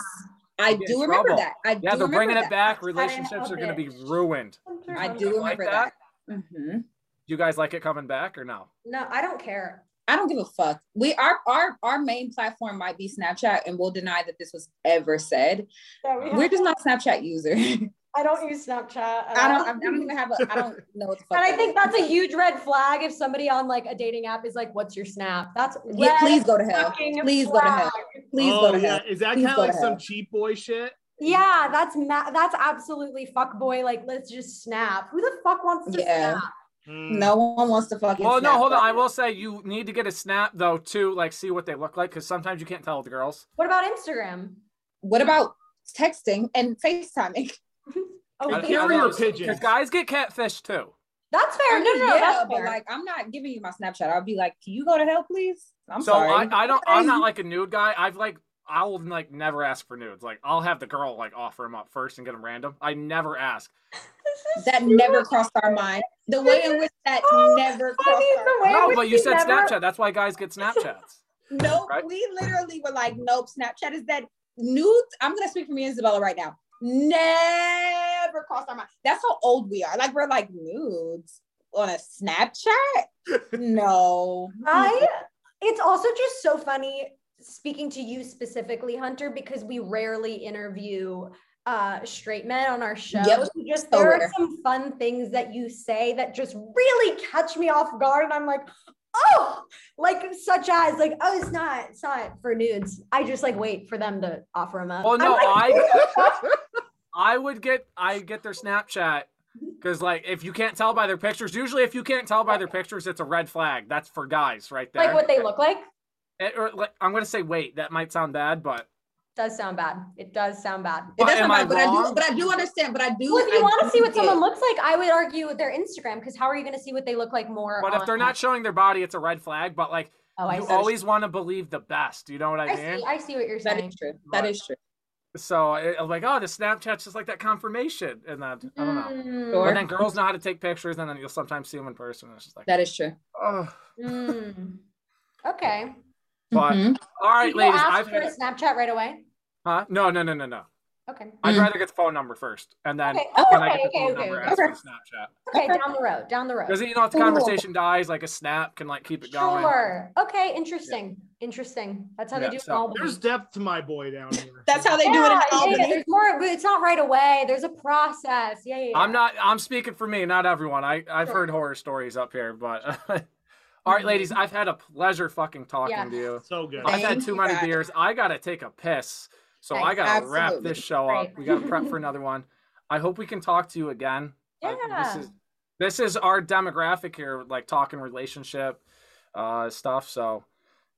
S5: I
S3: You get in
S5: do remember
S3: trouble.
S5: that. I
S3: Yeah,
S5: do
S3: they're
S5: remember
S3: bringing
S5: that.
S3: it back.
S4: Snapchatting
S3: Relationships
S4: a
S3: are going to be
S4: bitch.
S3: ruined.
S5: I do
S3: Like
S5: remember that.
S3: that?
S5: hmm
S3: You guys like it coming back or no?
S4: No, I don't care.
S5: I don't give a fuck. We our our our main platform might be Snapchat, and we'll deny that this was ever said.
S4: Yeah, we
S5: We're just not Snapchat user. I
S4: I don't use Snapchat. at all.
S5: don't. I don't even have a. I don't know what the fuck.
S4: and Oh. I
S5: that
S4: think
S5: is.
S4: that's a huge red flag if somebody on like a dating app is like, "What's your snap?" That's
S5: Yeah,
S4: red
S5: please go to hell.
S4: fucking
S5: Please go to hell.
S4: flag.
S5: Please
S6: oh,
S5: go to
S6: yeah.
S5: hell.
S6: Is that
S5: Please
S6: kind of
S5: go to
S6: like some
S5: hell.
S6: cheap boy shit?
S4: Yeah, that's ma- that's absolutely fuck boy. Like, let's just snap. Who the fuck wants to
S5: Yeah.
S4: snap?
S6: Mm.
S5: No one wants to fucking.
S3: Well, no,
S5: Snap,
S3: hold on.
S5: but-
S3: I will say you need to get a snap though to like see what they look like because sometimes you can't tell with the girls.
S4: What about Instagram?
S5: What about texting and FaceTiming?
S4: Oh,
S3: I-
S6: And
S3: I
S4: yeah.
S3: know
S6: carrier
S3: it's-
S6: pigeons.
S3: Because guys get catfish too.
S4: that's
S5: I
S4: fair. No,
S5: mean,
S4: no, no,
S5: yeah,
S4: that's
S5: but
S4: fair.
S5: like, I'm not giving you my Snapchat. I'll be like, can you go to hell, please? I'm
S3: so
S5: sorry.
S3: I, I don't. I'm not like a nude guy. I've like I will like never ask for nudes. Like I'll have the girl like offer them up first and get them random. I never ask.
S5: that never crossed our mind. The way in which that
S4: Oh,
S5: never
S4: I
S5: crossed
S4: mean,
S5: our
S4: the way
S3: No,
S4: we
S3: but you said
S4: never-
S3: Snapchat. That's why guys get Snapchats.
S5: Nope.
S3: Right?
S5: We literally were like, nope, Snapchat is that nudes. I'm gonna speak for me and Isabella right now. Never crossed our mind. That's how old we are. Like we're like nudes on a Snapchat? No.
S4: I it's also just so funny speaking to you specifically, Hunter, because we rarely interview uh straight men on our show.
S5: Yep,
S4: So just
S5: so
S4: there are
S5: rare.
S4: some fun things that you say that just really catch me off guard. And I'm like, oh, like such as like, oh, it's not, it's not for nudes. I just like wait for them to offer them up.
S3: Well,
S4: I'm
S3: no,
S4: like,
S3: I I would get I get their Snapchat because like if you can't tell by their pictures, usually if you can't tell by their pictures, it's a red flag. That's for guys right there.
S4: like what they look like
S3: It- or, like, I'm gonna say wait. That might sound bad, but
S4: does sound bad. It does sound bad.
S5: It
S3: But
S5: doesn't
S3: am
S5: matter,
S3: I
S5: but I do
S3: wrong?
S5: but I do understand, but I do
S4: Well, if you
S5: I
S4: want to
S5: do
S4: see what
S5: get-
S4: someone looks like, I would argue with their Instagram because how are you going to see what they look like more?
S3: but if they're
S4: on-
S3: not showing their body, it's a red flag. But like
S4: oh, I
S3: you
S4: see.
S3: always want to believe the best. You know what I
S4: I
S3: mean?
S4: see. I see what you're
S5: that
S4: saying.
S5: is true. That
S3: Right.
S5: is true.
S3: So it, I'm like, oh, the Snapchat's just like that confirmation, and then I don't know.
S4: Mm,
S5: Sure.
S3: And then girls know how to take pictures, and then you'll sometimes see them in person. And it's just like,
S5: That is true.
S3: oh.
S4: mm. Okay.
S3: But
S5: Mhm.
S3: all right,
S4: Did you
S5: Mm-hmm.
S3: ladies,
S4: ask
S3: I've
S4: for
S3: had,
S4: a Snapchat right away.
S3: huh? No, no, no, no, no.
S4: Okay.
S3: I'd
S5: Mm.
S3: rather get the phone number first, and then
S4: Okay.
S5: Oh,
S3: can I
S4: okay,
S3: get the
S4: okay,
S3: phone
S4: okay,
S3: number
S4: okay.
S3: after Snapchat?
S4: Okay. Down the road. Down the road.
S3: Because you know, if the
S5: Cool.
S3: conversation dies, like a snap can like keep it going.
S4: Sure. Okay. Interesting. Interesting. That's how
S3: Yeah,
S4: they do it.
S3: so
S4: in Albany.
S6: There's depth to my boy down here.
S5: That's how they do it in
S4: Yeah, yeah,
S5: Albany.
S4: yeah, there's more, but it's not right away. There's a process. Yeah, yeah. yeah.
S3: I'm not. I'm speaking for me, not everyone. I I've
S4: Sure.
S3: heard horror stories up here, but all right, ladies, I've had a pleasure fucking talking
S4: Yeah.
S3: to you.
S6: so good.
S3: I've had
S5: Thank
S3: too
S5: you,
S3: many
S5: guys.
S3: beers. I gotta take a piss, so I
S4: Thanks.
S3: gotta wrap
S5: Absolutely.
S3: this show up.
S4: Great.
S3: We gotta prep for another one. I hope we can talk to you again. I-
S4: Yeah.
S3: uh, this is this is our demographic here, like talking relationship uh, stuff. So,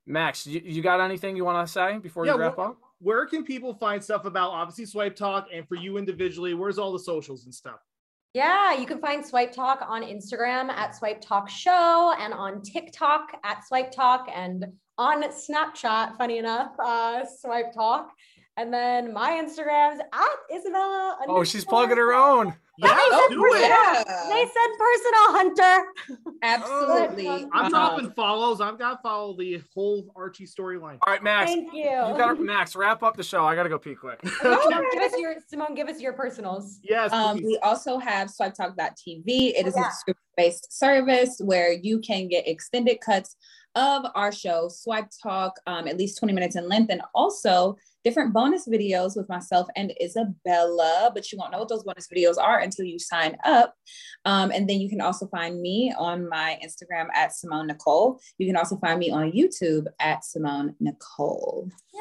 S3: Max, you, you got anything you want to say before
S6: Yeah,
S3: you wrap
S6: what-
S3: up?
S6: Where can people find stuff about obviously Swipe Talk and for you individually? Where's all the socials and stuff?
S4: Yeah, you can find Swipe Talk on Instagram at Swipe Talk Show and on TikTok at Swipe Talk and on Snapchat, funny enough, uh, Swipe Talk. And then my Instagram's at Isabella.
S3: Oh, she's
S4: underscore-
S3: plugging her own.
S6: Yes, do it.
S4: They
S5: Yeah,
S4: said personal hunter.
S5: absolutely.
S6: I'm
S5: Um,
S6: dropping follows. I've got to follow the whole Archie storyline.
S3: All right, Max, you
S4: Thank you.
S3: got to Max. Wrap up the show. I gotta go pee quick.
S4: Simone, give us your Simone, give us your personals.
S6: Yes,
S5: Um,
S6: please.
S5: we also have swipetalk.tv. It is
S4: Yeah.
S5: a subscription-based service where you can get extended cuts of our show, Swipe Talk, um, at least 20 minutes in length, and also different bonus videos with myself and Isabella. But you won't know what those bonus videos are until you sign up. Um, and then you can also find me on my Instagram at Simone Nicole. You can also find me on YouTube at Simone Nicole.
S4: Yay.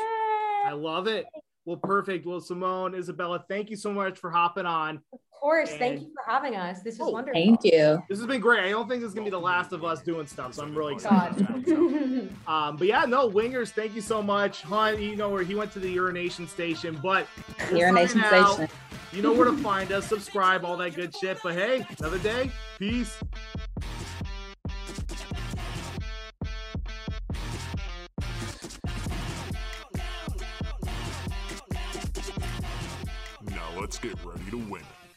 S6: I love it. Well, perfect. Well, Simone, Isabella, thank you so much for hopping on.
S4: Of course. Thank
S6: And-
S4: you for having us. This was
S6: Oh,
S4: wonderful.
S5: Thank you.
S6: This has been great. I don't think this is gonna be the last of us doing stuff, so I'm really
S4: Oh
S6: excited. about it.
S4: God.
S6: Um, but yeah, no wingers. Thank you so much, Hunt. You know where he went to the urination station, but we're
S5: Urination
S6: signing out.
S5: Station.
S6: You know where to find us. Subscribe, all that good shit. But hey, another day. Peace.
S1: Now let's get ready to win.